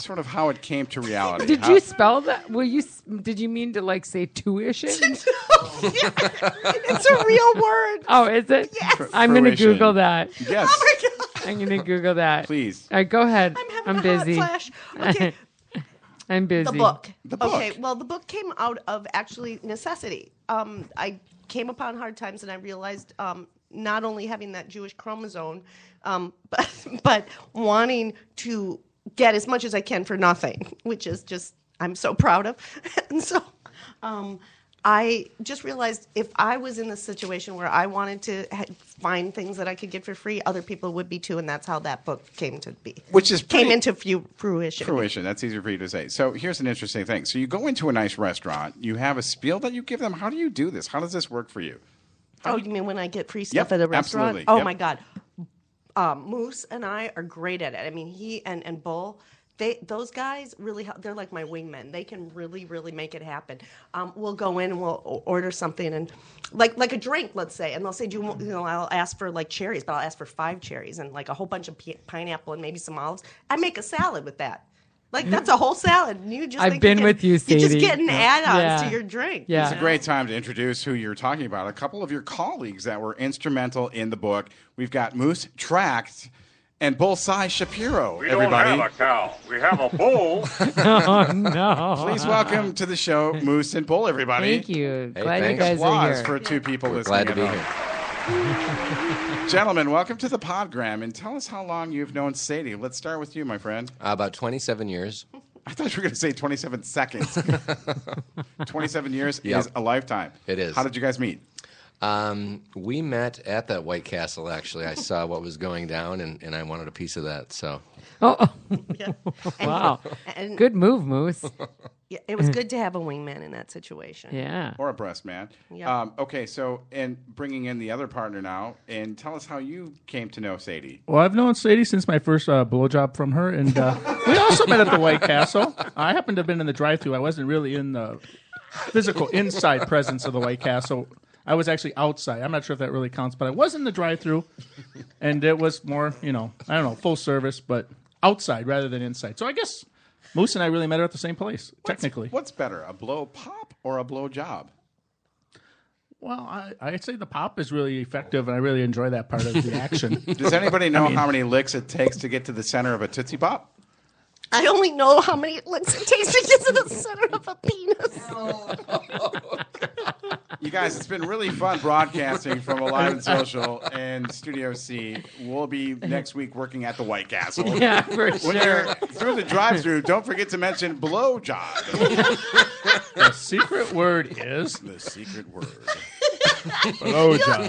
[SPEAKER 5] Sort of how it came to reality.
[SPEAKER 3] Did
[SPEAKER 5] How-
[SPEAKER 3] you spell that? Were you? s- Did you mean to like say tuition?
[SPEAKER 7] it's a real word.
[SPEAKER 3] Oh, is it?
[SPEAKER 7] Yes.
[SPEAKER 3] I'm gonna
[SPEAKER 5] Fruition.
[SPEAKER 3] Google that.
[SPEAKER 5] Yes.
[SPEAKER 7] Oh my God.
[SPEAKER 3] I'm gonna Google that.
[SPEAKER 5] Please.
[SPEAKER 3] All right, go ahead.
[SPEAKER 7] I'm having
[SPEAKER 3] I'm,
[SPEAKER 7] a
[SPEAKER 3] busy.
[SPEAKER 7] hot flash. Okay,
[SPEAKER 3] I'm busy.
[SPEAKER 7] the book.
[SPEAKER 5] The
[SPEAKER 7] Okay,
[SPEAKER 5] book.
[SPEAKER 7] well, the book came out of actually necessity. Um, I came upon hard times, and I realized um, not only having that Jewish chromosome, um, but, but wanting to get as much as I can for nothing, which is just, I'm so proud of. and so um, I just realized if I was in this situation where I wanted to ha- find things that I could get for free, other people would be too. And that's how that book came to be.
[SPEAKER 5] Which is
[SPEAKER 7] came
[SPEAKER 5] pretty-
[SPEAKER 7] into fu- fruition.
[SPEAKER 5] Fruition. That's easier for you to say. So here's an interesting thing. So you go into a nice restaurant. You have a spiel that you give them. How do you do this? How does this work for you?
[SPEAKER 7] Oh, you mean when I get free stuff
[SPEAKER 5] Yep,
[SPEAKER 7] at a restaurant?
[SPEAKER 5] absolutely,
[SPEAKER 7] Oh
[SPEAKER 5] yep.
[SPEAKER 7] my god, um, Moose and I are great at it. I mean, he and and Bull, they those guys really help. They're like my wingmen. They can really really make it happen. Um, we'll go in and we'll o- order something and like like a drink, let's say, and they'll say, do you, want- you know? I'll ask for like cherries, but I'll ask for five cherries and like a whole bunch of pi- pineapple and maybe some olives. I make a salad with that. Like that's a whole salad. And you just
[SPEAKER 3] I've
[SPEAKER 7] think you
[SPEAKER 3] been
[SPEAKER 7] can-
[SPEAKER 3] with you,
[SPEAKER 7] You're just
[SPEAKER 3] Sadie.
[SPEAKER 7] getting add-ons
[SPEAKER 3] Yeah.
[SPEAKER 7] to your drink.
[SPEAKER 3] Yeah.
[SPEAKER 7] you
[SPEAKER 3] It's
[SPEAKER 5] It's a great time to introduce who you're talking about. A couple of your colleagues that were instrumental in the book. We've got Moose Tract and Bullseye Shapiro.
[SPEAKER 10] We
[SPEAKER 5] everybody,
[SPEAKER 10] don't have a cow. We have a bull.
[SPEAKER 3] Oh no!
[SPEAKER 5] please welcome to the show Moose and Bull. Everybody,
[SPEAKER 3] Thank you.
[SPEAKER 9] Hey,
[SPEAKER 3] Glad you
[SPEAKER 9] thanks.
[SPEAKER 3] guys are
[SPEAKER 5] Applause
[SPEAKER 3] here.
[SPEAKER 5] for two people
[SPEAKER 9] We're
[SPEAKER 5] listening.
[SPEAKER 9] glad to
[SPEAKER 5] at
[SPEAKER 9] be
[SPEAKER 5] home.
[SPEAKER 9] here.
[SPEAKER 5] Gentlemen, welcome to the Podgram, and tell us how long you've known Sadie. Let's start with you, my friend.
[SPEAKER 9] Uh, about 27 years.
[SPEAKER 5] I thought you were going to say 27 seconds. 27 years
[SPEAKER 9] Yep.
[SPEAKER 5] is a lifetime.
[SPEAKER 9] It is.
[SPEAKER 5] How did you guys meet?
[SPEAKER 9] Um, we met at that White Castle, actually. I saw what was going down, and, and I wanted a piece of that. So
[SPEAKER 3] Oh,
[SPEAKER 7] And-
[SPEAKER 3] wow!
[SPEAKER 7] and-
[SPEAKER 3] Good move, Moose.
[SPEAKER 7] Yeah, it was good to have a wingman in that situation.
[SPEAKER 3] Yeah.
[SPEAKER 5] Or a breast man.
[SPEAKER 7] Yep.
[SPEAKER 5] Um, okay, so, and bringing in the other partner now, and tell us how you came to know Sadie.
[SPEAKER 8] Well, I've known Sadie since my first uh, blowjob from her, and uh, we also met at the White Castle. I happened to have been in the drive-thru. I wasn't really in the physical inside presence of the White Castle. I was actually outside. I'm not sure if that really counts, but I was in the drive-thru, and it was more, you know, I don't know, full service, but outside rather than inside. So I guess Moose and I really met her at the same place, technically.
[SPEAKER 5] What's better, a blow pop or a blow job?
[SPEAKER 8] Well, I, I'd say the pop is really effective, and I really enjoy that part of the action.
[SPEAKER 5] Does anybody know how many licks it takes to get to the center of a Tootsie Pop?
[SPEAKER 7] I only know how many licks it takes to get to the center of a penis.
[SPEAKER 5] You guys, it's been really fun broadcasting from Alive and Social and Studio C. We'll be next week working at the White Castle.
[SPEAKER 3] Yeah, for
[SPEAKER 5] When
[SPEAKER 3] sure.
[SPEAKER 5] you're through the drive-through, don't forget to mention blow job.
[SPEAKER 8] the secret word is
[SPEAKER 5] The secret word.
[SPEAKER 8] blowjob.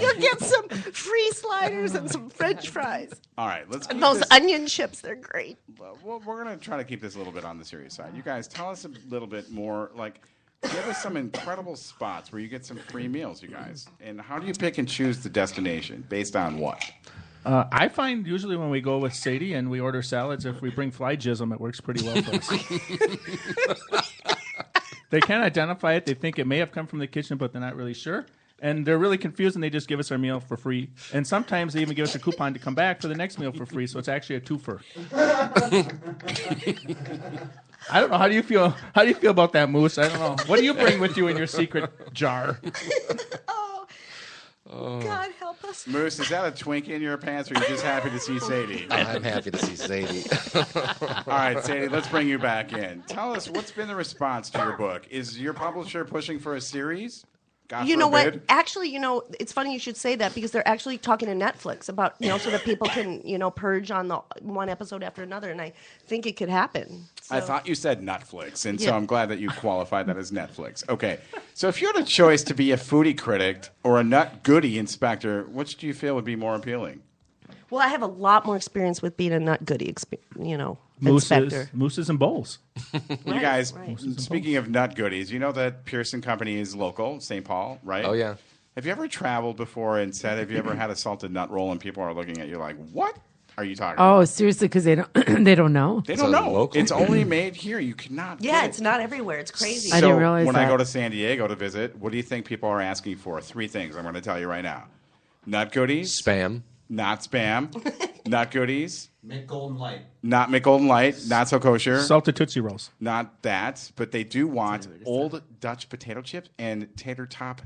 [SPEAKER 7] You'll, you'll get some free sliders and some French fries.
[SPEAKER 5] All right, let's. Keep
[SPEAKER 7] And those
[SPEAKER 5] this,
[SPEAKER 7] onion chips, they're great.
[SPEAKER 5] well, we're gonna try to keep this a little bit on the serious side. You guys, tell us a little bit more. Like, give us some incredible spots where you get some free meals, you guys. And how do you pick and choose the destination based on what?
[SPEAKER 8] Uh, I find usually when we go with Sadie and we order salads, if we bring fly jism, it works pretty well for us. they can't identify it. They think it may have come from the kitchen, but they're not really sure. And they're really confused, and they just give us our meal for free. And sometimes they even give us a coupon to come back for the next meal for free. So it's actually a twofer. I don't know. How do you feel? How do you feel about that, Moose? I don't know. What do you bring with you in your secret jar?
[SPEAKER 7] Oh, God help us.
[SPEAKER 5] Moose, is that a twink in your pants, or are you just happy to see Sadie? All
[SPEAKER 9] I'm happy to see Sadie.
[SPEAKER 5] right, Sadie, let's bring you back in. Tell us what's been the response to your book. Is your publisher pushing for a series? God
[SPEAKER 7] You know what?
[SPEAKER 5] forbid.
[SPEAKER 7] Actually, you know, it's funny you should say that because they're actually talking to Netflix about, you know, so that people can, you know, purge on the one episode after another. And I think it could happen.
[SPEAKER 5] I
[SPEAKER 7] So-
[SPEAKER 5] thought you said Netflix, and so
[SPEAKER 7] Yeah.
[SPEAKER 5] I'm glad that you qualified that as Netflix. Okay, so if you had a choice to be a foodie critic or a nut goody inspector, which do you feel would be more appealing?
[SPEAKER 7] Well, I have a lot more experience with being a nut goody, expe- you know,
[SPEAKER 8] Mooses,
[SPEAKER 7] inspector.
[SPEAKER 8] mooses, and bowls.
[SPEAKER 5] you guys,
[SPEAKER 7] right.
[SPEAKER 5] speaking of nut goodies, you know that Pearson Company is local, St. Paul, right?
[SPEAKER 9] Oh, yeah.
[SPEAKER 5] Have you ever traveled before and said, "Have you ever had a salted nut roll?" And people are looking at you like, "What are you talking?" about?
[SPEAKER 3] Oh, seriously, because they don't they don't know.
[SPEAKER 5] They
[SPEAKER 9] So
[SPEAKER 5] don't know.
[SPEAKER 9] local.
[SPEAKER 5] It's only made here. You cannot.
[SPEAKER 7] Yeah,
[SPEAKER 5] get it.
[SPEAKER 7] it's not everywhere. It's crazy.
[SPEAKER 3] I
[SPEAKER 5] so
[SPEAKER 3] didn't realize
[SPEAKER 5] when I
[SPEAKER 3] that.
[SPEAKER 5] go to San Diego to visit, what do you think people are asking for? Three things I'm going to tell you right now: nut goodies,
[SPEAKER 9] Spam.
[SPEAKER 5] not spam, not goodies,
[SPEAKER 11] Mint Golden Light.
[SPEAKER 5] not McGolden Light, not so kosher,
[SPEAKER 8] Salted Tootsie Rolls.
[SPEAKER 5] not that. But they do want old Dutch potato chips and tater top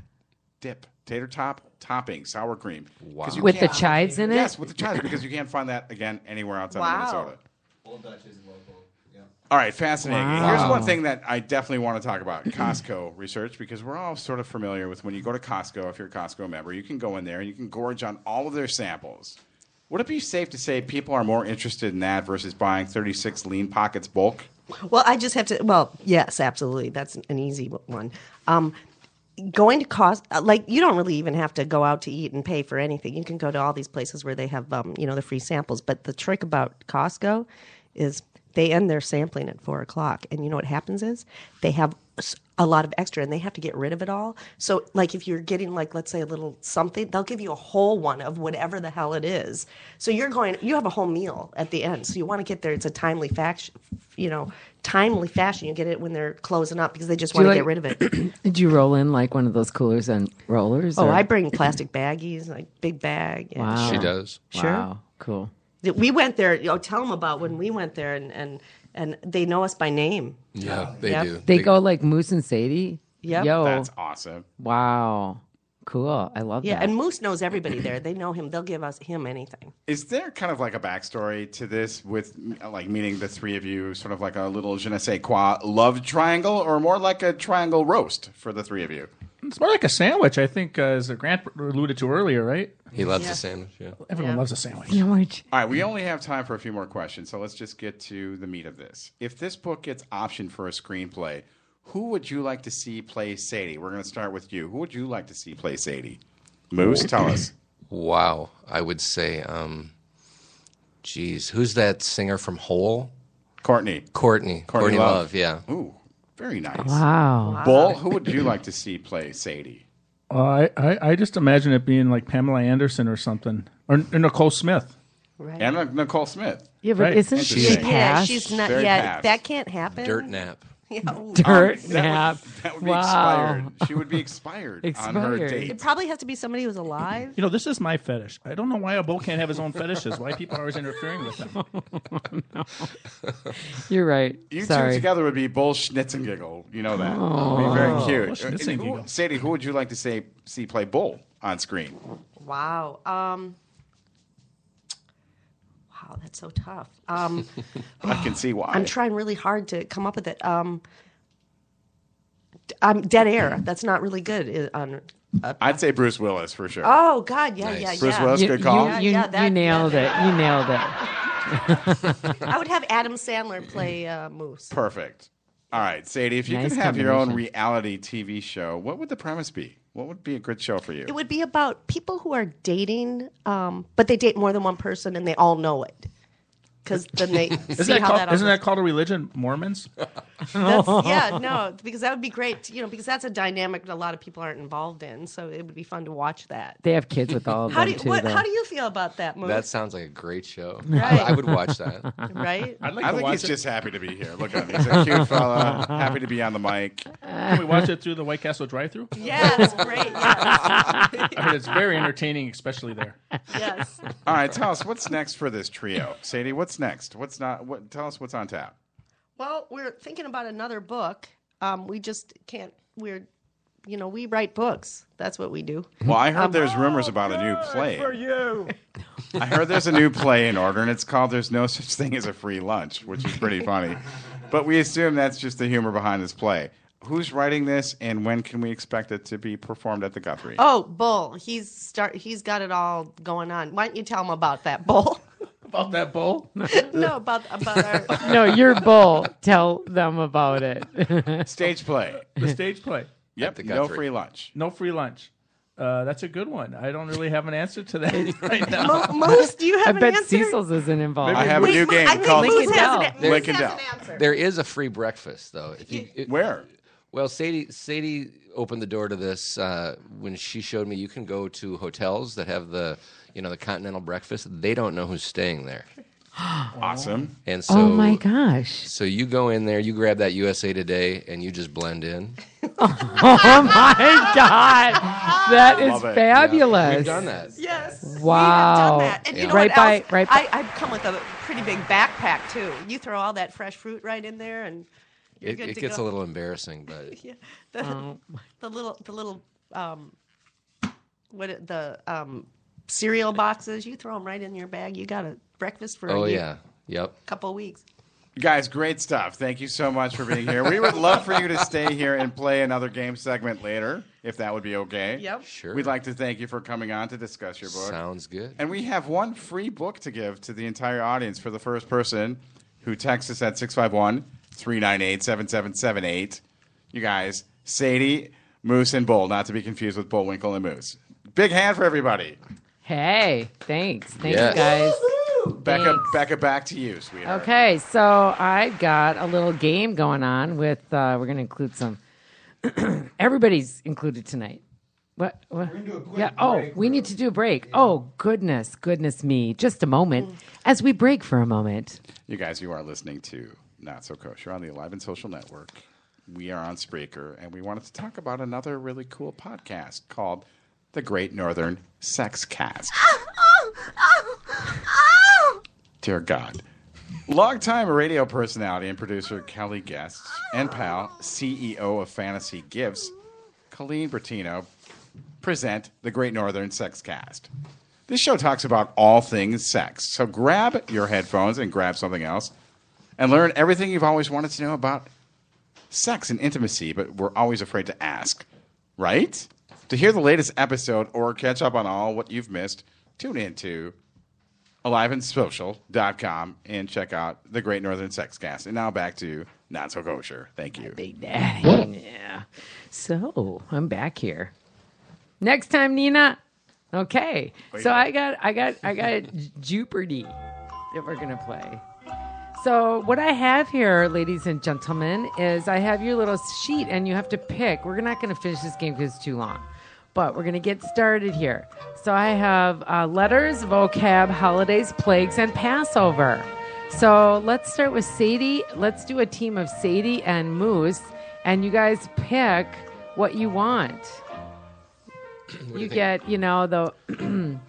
[SPEAKER 5] dip, tater top topping, sour cream. 'Cause you
[SPEAKER 3] With the
[SPEAKER 5] can't-
[SPEAKER 3] chives in it.
[SPEAKER 5] Yes, with the chives because you can't find that again anywhere outside
[SPEAKER 7] Wow.
[SPEAKER 5] of Minnesota.
[SPEAKER 11] Old Dutch is local. Yeah.
[SPEAKER 5] All right, fascinating.
[SPEAKER 3] Wow.
[SPEAKER 5] Here's one thing that I definitely want to talk about Costco research because we're all sort of familiar with when you go to Costco, if you're a Costco member, you can go in there and you can gorge on all of their samples. Would it be safe to say people are more interested in that versus buying 36 lean pockets bulk?
[SPEAKER 7] Well, I just have to. Well, yes, absolutely. That's an easy one. Um, going to cost uh, like you don't really even have to go out to eat and pay for anything. You can go to all these places where they have um, you know the free samples. But the trick about Costco is they end their sampling at four o'clock, and you know what happens is they have s- a lot of extra and they have to get rid of it all. So like if you're getting like let's say a little something, they'll give you a whole one of whatever the hell it is. So you're going you have a whole meal at the end. So you want to get there it's a timely fact you know, timely fashion. You get it when they're closing up because they just
[SPEAKER 3] you
[SPEAKER 7] want to get
[SPEAKER 3] like-
[SPEAKER 7] rid of it.
[SPEAKER 3] Did you roll in like one of those coolers and rollers?
[SPEAKER 7] Oh,
[SPEAKER 3] or-
[SPEAKER 7] I bring plastic baggies, like big bag. Yeah.
[SPEAKER 3] Wow.
[SPEAKER 9] She does.
[SPEAKER 7] Sure.
[SPEAKER 3] Wow, cool.
[SPEAKER 7] Th- We went there. Oh, tell them about when we went there, and and and they know us by name.
[SPEAKER 3] Mm-hmm.
[SPEAKER 9] Yeah, they
[SPEAKER 7] Yep.
[SPEAKER 9] do.
[SPEAKER 3] They go like Moose and Sadie.
[SPEAKER 7] Yep.
[SPEAKER 3] Yo.
[SPEAKER 5] That's awesome.
[SPEAKER 3] wow. Cool. I love
[SPEAKER 7] Yeah,
[SPEAKER 3] that.
[SPEAKER 7] and Moose knows everybody there. They know him. They'll give us him anything.
[SPEAKER 5] Is there kind of like a backstory to this with like meaning the three of you, sort of like a little je ne sais quoi love triangle or more like a triangle roast for the three of you?
[SPEAKER 8] It's more like a sandwich, I think, uh, as Grant alluded to earlier, right?
[SPEAKER 9] He loves the sandwich. Yeah.
[SPEAKER 8] Everyone loves a sandwich.
[SPEAKER 3] Sandwich.
[SPEAKER 5] All right, we only have time for a few more questions, so let's just get to the meat of this. If this book gets optioned for a screenplay, who would you like to see play Sadie? We're going to start with you. Who would you like to see play Sadie? Moose, tell us.
[SPEAKER 9] Wow. I would say, um, geez, who's that singer from Hole?
[SPEAKER 5] Courtney.
[SPEAKER 9] Courtney. Courtney,
[SPEAKER 5] Love.
[SPEAKER 9] Love. Yeah.
[SPEAKER 5] Ooh, very nice.
[SPEAKER 3] Wow.
[SPEAKER 5] Bull, who would you like to see play Sadie?
[SPEAKER 8] Uh, I, I I just imagine it being like Pamela Anderson or something, or, or Nicole Smith.
[SPEAKER 7] Right.
[SPEAKER 5] And Nicole Smith.
[SPEAKER 3] Yeah, but
[SPEAKER 8] Right.
[SPEAKER 3] isn't
[SPEAKER 5] Interesting.
[SPEAKER 3] she
[SPEAKER 5] Yeah,
[SPEAKER 7] yeah,
[SPEAKER 3] past
[SPEAKER 7] she's not.
[SPEAKER 5] Very
[SPEAKER 7] yeah,
[SPEAKER 5] past.
[SPEAKER 7] that can't happen. um,
[SPEAKER 9] Dirt Nap.
[SPEAKER 7] Yeah, ooh.
[SPEAKER 3] dirt
[SPEAKER 5] That would-
[SPEAKER 3] nap?
[SPEAKER 5] That would be
[SPEAKER 3] wow.
[SPEAKER 5] expired. She would be expired, on her
[SPEAKER 3] Expired.
[SPEAKER 5] date.
[SPEAKER 7] It probably has to be somebody who's alive.
[SPEAKER 8] You know, this is my fetish. I don't know why a bull can't have his own fetishes. Why people are always interfering with them?
[SPEAKER 3] You're right.
[SPEAKER 5] You two
[SPEAKER 3] Sorry.
[SPEAKER 5] together would be Bull Schnitzengiggle. You know that. It'd be
[SPEAKER 3] Oh.
[SPEAKER 5] very cute.
[SPEAKER 8] Bull Schnitzengiggle.
[SPEAKER 5] Who- Sadie, who would you like to say, see play Bull on screen?
[SPEAKER 7] Wow. Um, wow, that's so tough. Um,
[SPEAKER 5] I can see why.
[SPEAKER 7] I'm trying really hard to come up with it. Um, d- um, dead air. That's not really good. i- On
[SPEAKER 5] I'd say Bruce Willis for sure.
[SPEAKER 7] oh God, yeah,
[SPEAKER 9] Nice.
[SPEAKER 7] yeah,
[SPEAKER 5] Bruce
[SPEAKER 7] yeah.
[SPEAKER 5] Willis. That's a
[SPEAKER 3] You,
[SPEAKER 5] good
[SPEAKER 3] you-
[SPEAKER 5] call.
[SPEAKER 3] you-
[SPEAKER 7] Yeah,
[SPEAKER 3] you
[SPEAKER 7] yeah, that-
[SPEAKER 3] nailed it.
[SPEAKER 7] that-
[SPEAKER 3] You nailed it.
[SPEAKER 7] I would have Adam Sandler play uh, Moose.
[SPEAKER 5] Perfect. All right, Sadie, if you
[SPEAKER 3] Nice
[SPEAKER 5] could have your own
[SPEAKER 3] combination.
[SPEAKER 5] reality TV show, what would the premise be? What would be a good show for you?
[SPEAKER 7] It would be about people who are dating, um, but they date more than one person and they all know it. Because then they
[SPEAKER 8] Isn't,
[SPEAKER 7] see
[SPEAKER 8] that
[SPEAKER 7] how
[SPEAKER 8] called,
[SPEAKER 7] that all
[SPEAKER 8] isn't that called a religion? Mormons.
[SPEAKER 7] That's, yeah, no, because that would be great, you know, because that's a dynamic that a lot of people aren't involved in. So it would be fun to watch that.
[SPEAKER 3] They have kids with all of
[SPEAKER 7] How
[SPEAKER 3] them
[SPEAKER 7] do you,
[SPEAKER 3] too.
[SPEAKER 7] what,
[SPEAKER 3] though.
[SPEAKER 7] how do you feel about that movie?
[SPEAKER 9] That sounds like a great show.
[SPEAKER 7] Right.
[SPEAKER 9] I, I would watch that.
[SPEAKER 7] right?
[SPEAKER 8] I'd like
[SPEAKER 5] I
[SPEAKER 8] to
[SPEAKER 5] think
[SPEAKER 8] watch
[SPEAKER 5] he's
[SPEAKER 8] it.
[SPEAKER 5] just happy to be here. Look at him. He's a cute fella. Happy to be on the mic.
[SPEAKER 8] Can we watch it through the White Castle drive-through?
[SPEAKER 7] Yeah, that's great. Yes.
[SPEAKER 8] I mean, it's very entertaining, especially there.
[SPEAKER 7] yes.
[SPEAKER 5] All right, tell us what's next for this trio. Sadie, what's next? What's not what tell us what's on tap.
[SPEAKER 7] Well, we're thinking about another book. Um, we just can't. We're, you know, we write books. That's what we do.
[SPEAKER 5] Well, I heard there's rumors about a new play. For you. I heard there's a new play in order, and it's called "There's No Such Thing as a Free Lunch," which is pretty funny. But we assume that's just the humor behind this play. Who's writing this, and when can we expect it to be performed at the Guthrie?
[SPEAKER 7] Oh, Bull. He's start. He's got it all going on. Why don't you tell him about that, Bull?
[SPEAKER 8] About that bull.
[SPEAKER 7] no, about about our.
[SPEAKER 3] No, you're bull. Tell them about it.
[SPEAKER 5] Stage play.
[SPEAKER 8] the stage play.
[SPEAKER 5] Yep.
[SPEAKER 9] the
[SPEAKER 5] No
[SPEAKER 9] Guthrie.
[SPEAKER 5] free lunch.
[SPEAKER 8] No free lunch. Uh, that's a good one. I don't really have an answer to that right now.
[SPEAKER 7] Mo- Moose, do you have
[SPEAKER 3] I
[SPEAKER 7] an
[SPEAKER 3] bet
[SPEAKER 7] answer?
[SPEAKER 3] Cecil's isn't involved.
[SPEAKER 5] I have a
[SPEAKER 7] Wait,
[SPEAKER 5] new
[SPEAKER 7] Mo-
[SPEAKER 5] game
[SPEAKER 7] I think
[SPEAKER 5] called
[SPEAKER 7] Moose has an,
[SPEAKER 3] Lincoln
[SPEAKER 7] Moose
[SPEAKER 5] Lincoln
[SPEAKER 7] has an
[SPEAKER 5] Dell.
[SPEAKER 7] answer.
[SPEAKER 9] There is a free breakfast though. If you, it-
[SPEAKER 5] Where?
[SPEAKER 9] Well, Sadie, Sadie opened the door to this uh, when she showed me you can go to hotels that have the, you know, the continental breakfast. They don't know who's staying there, Oh.
[SPEAKER 5] Awesome.
[SPEAKER 9] and so
[SPEAKER 3] oh my gosh.
[SPEAKER 9] so you go in there, you grab that USA Today, and you just blend in.
[SPEAKER 3] Oh my God. That is
[SPEAKER 5] Love it. Yeah.
[SPEAKER 3] fabulous.
[SPEAKER 9] We've done that.
[SPEAKER 7] Yes. we have
[SPEAKER 3] Wow.
[SPEAKER 7] done that. And you know
[SPEAKER 3] Right
[SPEAKER 7] what else?
[SPEAKER 3] by- right by-
[SPEAKER 7] I, I come with a pretty big backpack too. You throw all that fresh fruit right in there, and you're
[SPEAKER 9] It,
[SPEAKER 7] good
[SPEAKER 9] it
[SPEAKER 7] to
[SPEAKER 9] gets a
[SPEAKER 7] go.
[SPEAKER 9] little embarrassing, but
[SPEAKER 7] Yeah. The, the little, the little, um, what it- the um, cereal boxes? You throw them right in your bag. You got a breakfast for
[SPEAKER 9] oh
[SPEAKER 7] a year-
[SPEAKER 9] yeah, yep.
[SPEAKER 7] couple weeks.
[SPEAKER 5] Guys, great stuff. Thank you so much for being here. We would love for you to stay here and play another game segment later, if that would be okay.
[SPEAKER 7] Yep.
[SPEAKER 9] Sure.
[SPEAKER 5] We'd like to thank you for coming on to discuss your book.
[SPEAKER 9] Sounds good.
[SPEAKER 5] And we have one free book to give to the entire audience for the first person who texts us at 651 398 7778. You guys, Sadie, Moose, and Bull, not to be confused with Bullwinkle and Moose. Big hand for everybody.
[SPEAKER 3] Hey, thanks. Thanks,
[SPEAKER 9] Yes.
[SPEAKER 3] guys.
[SPEAKER 5] Becca,
[SPEAKER 3] Thanks.
[SPEAKER 5] Becca, back to you, sweetheart.
[SPEAKER 3] Okay, so I got a little game going on with, uh, we're going to include some. Everybody's included tonight. What? what? yeah. Oh, we need to do a break. Oh, goodness, goodness me. Just a moment as we break for a moment.
[SPEAKER 5] You guys, you are listening to Not So Kosher on the Alive and Social Network. We are on Spreaker, and we wanted to talk about another really cool podcast called The Great Northern Sex Cast.
[SPEAKER 7] Oh,
[SPEAKER 5] Dear God. Longtime radio personality and producer Kelly Guest and pal, CEO of Fantasy Gifts, Colleen Bertino present the Great Northern Sex Cast. This show talks about all things sex. So grab your headphones and grab something else and learn everything you've always wanted to know about sex and intimacy, but we're always afraid to ask, right? To hear the latest episode or catch up on all what you've missed, tune in to aliveandsocial.com and check out the Great Northern Sex Cast. And now back to Not So Kosher. Thank you.
[SPEAKER 3] Big Daddy. Yeah. So I'm back here. Next time, Nina. Okay. So I got, I got, I got Jeopardy that we're gonna play. So what I have here, ladies and gentlemen, is I have your little sheet, and you have to pick. We're not gonna finish this game because it's too long, but we're gonna get started here. So I have uh, letters, vocab, holidays, plagues, and Passover. So let's start with Sadie. Let's do a team of Sadie and Moose, and you guys pick what you want. you
[SPEAKER 9] think?
[SPEAKER 3] get, you know, the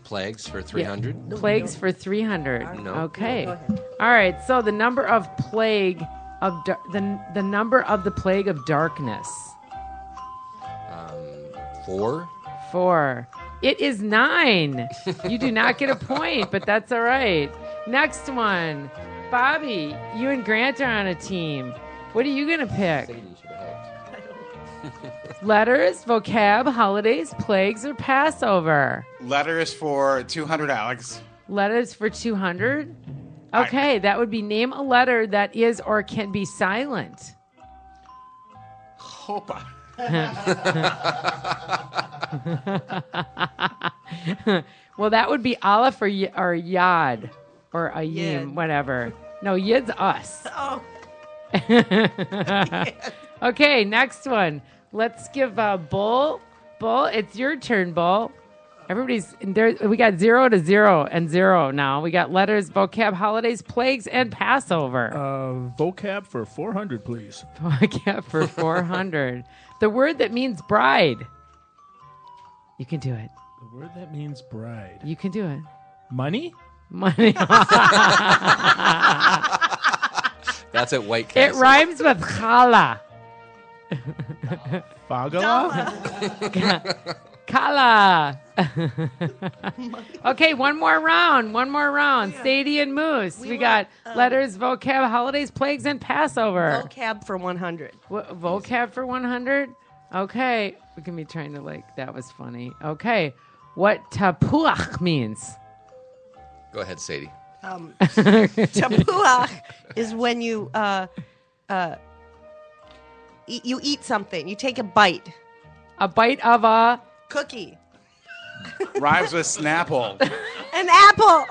[SPEAKER 9] Plagues for 300.
[SPEAKER 3] plagues for 300
[SPEAKER 9] No.
[SPEAKER 3] okay all right so the number of plague of dar- the, the number of the plague of darkness
[SPEAKER 9] Four.
[SPEAKER 3] four it is nine you do not get a point but that's all right next one bobby you and grant are on a team what are you gonna pick letters vocab holidays plagues or passover
[SPEAKER 5] Letters for 200 Alex.
[SPEAKER 3] Letters for 200? Okay, that would be name a letter that is or can be silent.
[SPEAKER 5] Hopa.
[SPEAKER 3] Well, that would be Aleph or, y- or Yad or Ayim,
[SPEAKER 7] Yid.
[SPEAKER 3] whatever. No, Yid's us.
[SPEAKER 7] Oh.
[SPEAKER 3] Okay, next one. Let's give uh, Bull. Bull, it's your turn, Bull. Everybody's there. We got zero to zero and zero now. We got letters, vocab, holidays, plagues, and Passover.
[SPEAKER 8] Uh, vocab for 400, please.
[SPEAKER 3] Podcast for 400. the word that means bride. You can do it.
[SPEAKER 8] The word that means bride.
[SPEAKER 3] You can do it.
[SPEAKER 8] Money?
[SPEAKER 3] Money.
[SPEAKER 9] That's at White
[SPEAKER 3] it
[SPEAKER 9] Castle.
[SPEAKER 3] rhymes with challah.
[SPEAKER 8] Fagala?
[SPEAKER 3] Kala. okay, one more round. One more round. Sadie and Moose. We,
[SPEAKER 7] We
[SPEAKER 3] got
[SPEAKER 7] want, um,
[SPEAKER 3] letters, vocab, holidays, plagues, and Passover.
[SPEAKER 7] Vocab for 100.
[SPEAKER 3] Wo- vocab for 100. Okay, we can be trying to like. That was funny. Okay, what tapuach means?
[SPEAKER 9] Go ahead, Sadie.
[SPEAKER 7] Um, tapuach is when you uh, uh, e- you eat something. You take a bite.
[SPEAKER 3] A bite of a
[SPEAKER 7] Cookie.
[SPEAKER 5] Rhymes with Snapple.
[SPEAKER 7] An apple.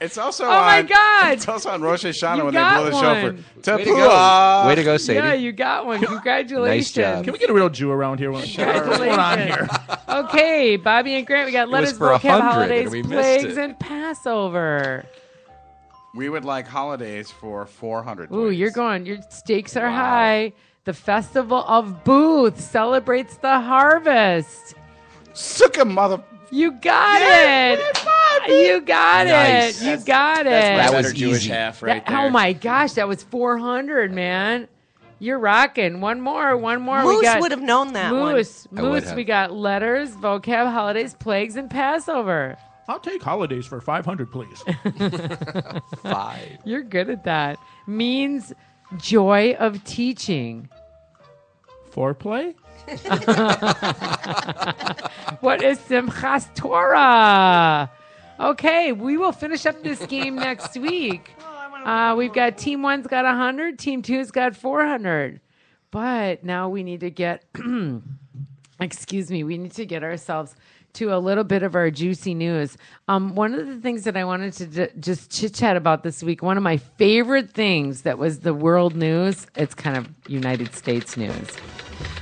[SPEAKER 5] It's also
[SPEAKER 3] Oh my
[SPEAKER 5] on-
[SPEAKER 3] God.
[SPEAKER 5] It's also on Rosh Hashanah
[SPEAKER 3] You
[SPEAKER 5] when they
[SPEAKER 3] got
[SPEAKER 5] blow the
[SPEAKER 3] one.
[SPEAKER 5] shofar.
[SPEAKER 9] Way to go. Way to go, Sadie.
[SPEAKER 3] Yeah, you got one. Congratulations.
[SPEAKER 9] job.
[SPEAKER 8] Can we get a real Jew around here? What's going on here?
[SPEAKER 3] Okay, Bobby and Grant, we got letters,
[SPEAKER 9] for a
[SPEAKER 3] vocab,
[SPEAKER 9] hundred, and
[SPEAKER 3] holidays,
[SPEAKER 9] we missed
[SPEAKER 3] plagues,
[SPEAKER 9] it.
[SPEAKER 3] and Passover.
[SPEAKER 5] We would like holidays for 400.
[SPEAKER 3] Ooh,
[SPEAKER 5] please.
[SPEAKER 3] you're going. Your stakes are high. The Festival of Booths celebrates the harvest.
[SPEAKER 5] Sukkah, mother.
[SPEAKER 3] You got it. You got
[SPEAKER 9] Nice.
[SPEAKER 3] it. You got it.
[SPEAKER 9] That
[SPEAKER 6] That
[SPEAKER 9] was
[SPEAKER 6] was Jewish
[SPEAKER 9] easy.
[SPEAKER 6] half right
[SPEAKER 3] That-
[SPEAKER 6] there.
[SPEAKER 3] Oh my gosh, that was 400, man. You're rocking. One more, one more. we
[SPEAKER 7] Moose
[SPEAKER 3] got
[SPEAKER 7] would have known that one.
[SPEAKER 3] Moose,
[SPEAKER 9] I would
[SPEAKER 3] Moose.
[SPEAKER 9] have.
[SPEAKER 3] We got letters, vocab, holidays, plagues, and Passover.
[SPEAKER 8] I'll take holidays for 500, please.
[SPEAKER 9] Five.
[SPEAKER 3] You're good at that. Means joy of teaching.
[SPEAKER 8] Foreplay?
[SPEAKER 3] What is Simchas Torah? Okay, we will finish up this game next week. Uh, we've got Team One's got 100, Team Two's got 400. But now we need to get, excuse me, we need to get ourselves to a little bit of our juicy news. Um, one of the things that I wanted to d- just chit chat about this week, one of my favorite things that was the world news, it's kind of United States news,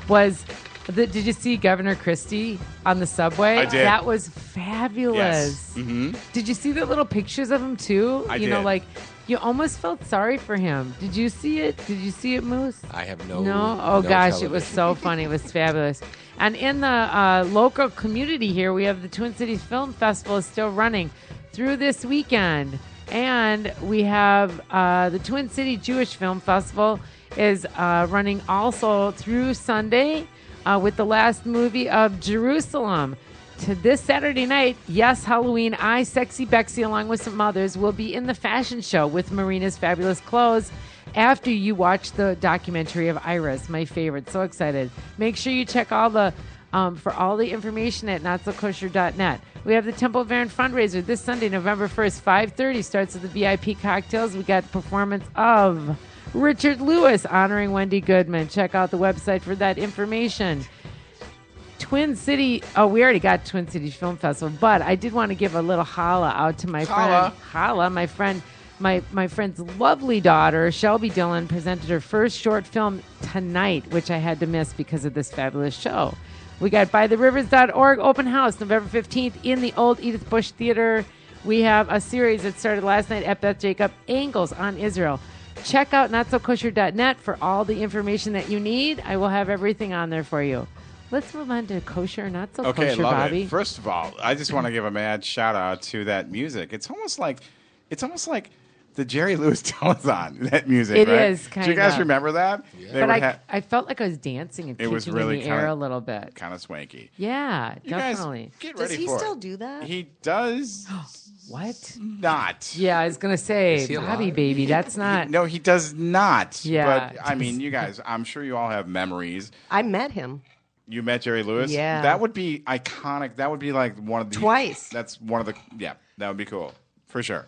[SPEAKER 3] was. The, did you see Governor Christie on the subway?
[SPEAKER 5] I did.
[SPEAKER 3] That was fabulous.
[SPEAKER 9] Mm-hmm.
[SPEAKER 3] Mm-hmm. Did you see the little pictures of him too?
[SPEAKER 5] I
[SPEAKER 3] you know,
[SPEAKER 5] did.
[SPEAKER 3] like you almost felt sorry for him. Did you see it? Did you see it, Moose?
[SPEAKER 9] I have no.
[SPEAKER 3] No? Oh, gosh.
[SPEAKER 9] no
[SPEAKER 3] It
[SPEAKER 9] television.
[SPEAKER 3] was so funny. It was fabulous. And in the uh, local community here, we have the Twin Cities Film Festival is still running through this weekend. And we have uh, the Twin City Jewish Film Festival is uh, running also through Sunday uh, with the last movie of Jerusalem. To this Saturday night, yes, Halloween, I, Sexy Bexy, along with some others, will be in the fashion show with Marina's fabulous clothes after you watch the documentary of Iris, my favorite. So excited. Make sure you check all the um, for all the information at notsokosher.net. We have the Temple of Aaron fundraiser this Sunday, November 1st, 5.30. Starts with the VIP cocktails. We got performance of Richard Lewis honoring Wendy Goodman. Check out the website for that information. Twin City. Oh, we already got Twin City Film Festival, but I did want to give a little holla out to my friend Holla, my friend, my my friend's lovely daughter Shelby Dillon presented her first short film tonight, which I had to miss because of this fabulous show. We got bytherivers.org open house November fifteenth in the old Edith Bush Theater. We have a series that started last night at Beth Jacob Angles on Israel. Check out notsokosher.net for all the information that you need. I will have everything on there for you. Let's move on to kosher, not so
[SPEAKER 5] Okay,
[SPEAKER 3] kosher,
[SPEAKER 5] love
[SPEAKER 3] Bobby.
[SPEAKER 5] it. First of all, I just want to give a mad shout out to that music. It's almost like, it's almost like the Jerry Lewis telethon. That music.
[SPEAKER 3] It
[SPEAKER 5] It is. right?
[SPEAKER 3] is,
[SPEAKER 5] Do you guys
[SPEAKER 3] kinda.
[SPEAKER 5] remember that? Yeah. They
[SPEAKER 3] but
[SPEAKER 5] would
[SPEAKER 3] I,
[SPEAKER 5] ha-
[SPEAKER 3] I felt like I was dancing and
[SPEAKER 5] It
[SPEAKER 3] kicking
[SPEAKER 5] was really
[SPEAKER 3] in the air
[SPEAKER 5] kinda-
[SPEAKER 3] a little bit.
[SPEAKER 5] kind of swanky.
[SPEAKER 3] Yeah,
[SPEAKER 5] You guys
[SPEAKER 3] definitely.
[SPEAKER 5] get
[SPEAKER 7] Does
[SPEAKER 5] ready
[SPEAKER 7] he
[SPEAKER 5] for
[SPEAKER 7] still
[SPEAKER 5] it.
[SPEAKER 7] do that?
[SPEAKER 5] He does
[SPEAKER 3] What?
[SPEAKER 5] not.
[SPEAKER 3] Yeah, I was gonna say,
[SPEAKER 9] Is he
[SPEAKER 3] Bobby,
[SPEAKER 9] alive?
[SPEAKER 3] baby, that's not.
[SPEAKER 5] No, he does not.
[SPEAKER 3] Yeah.
[SPEAKER 5] But I mean, you guys, I'm sure you all have memories.
[SPEAKER 7] I met him.
[SPEAKER 5] You met Jerry Lewis.
[SPEAKER 7] Yeah.
[SPEAKER 5] That would be iconic. That would be like one of the
[SPEAKER 7] Twice.
[SPEAKER 5] That's one of the yeah. That would be cool for sure.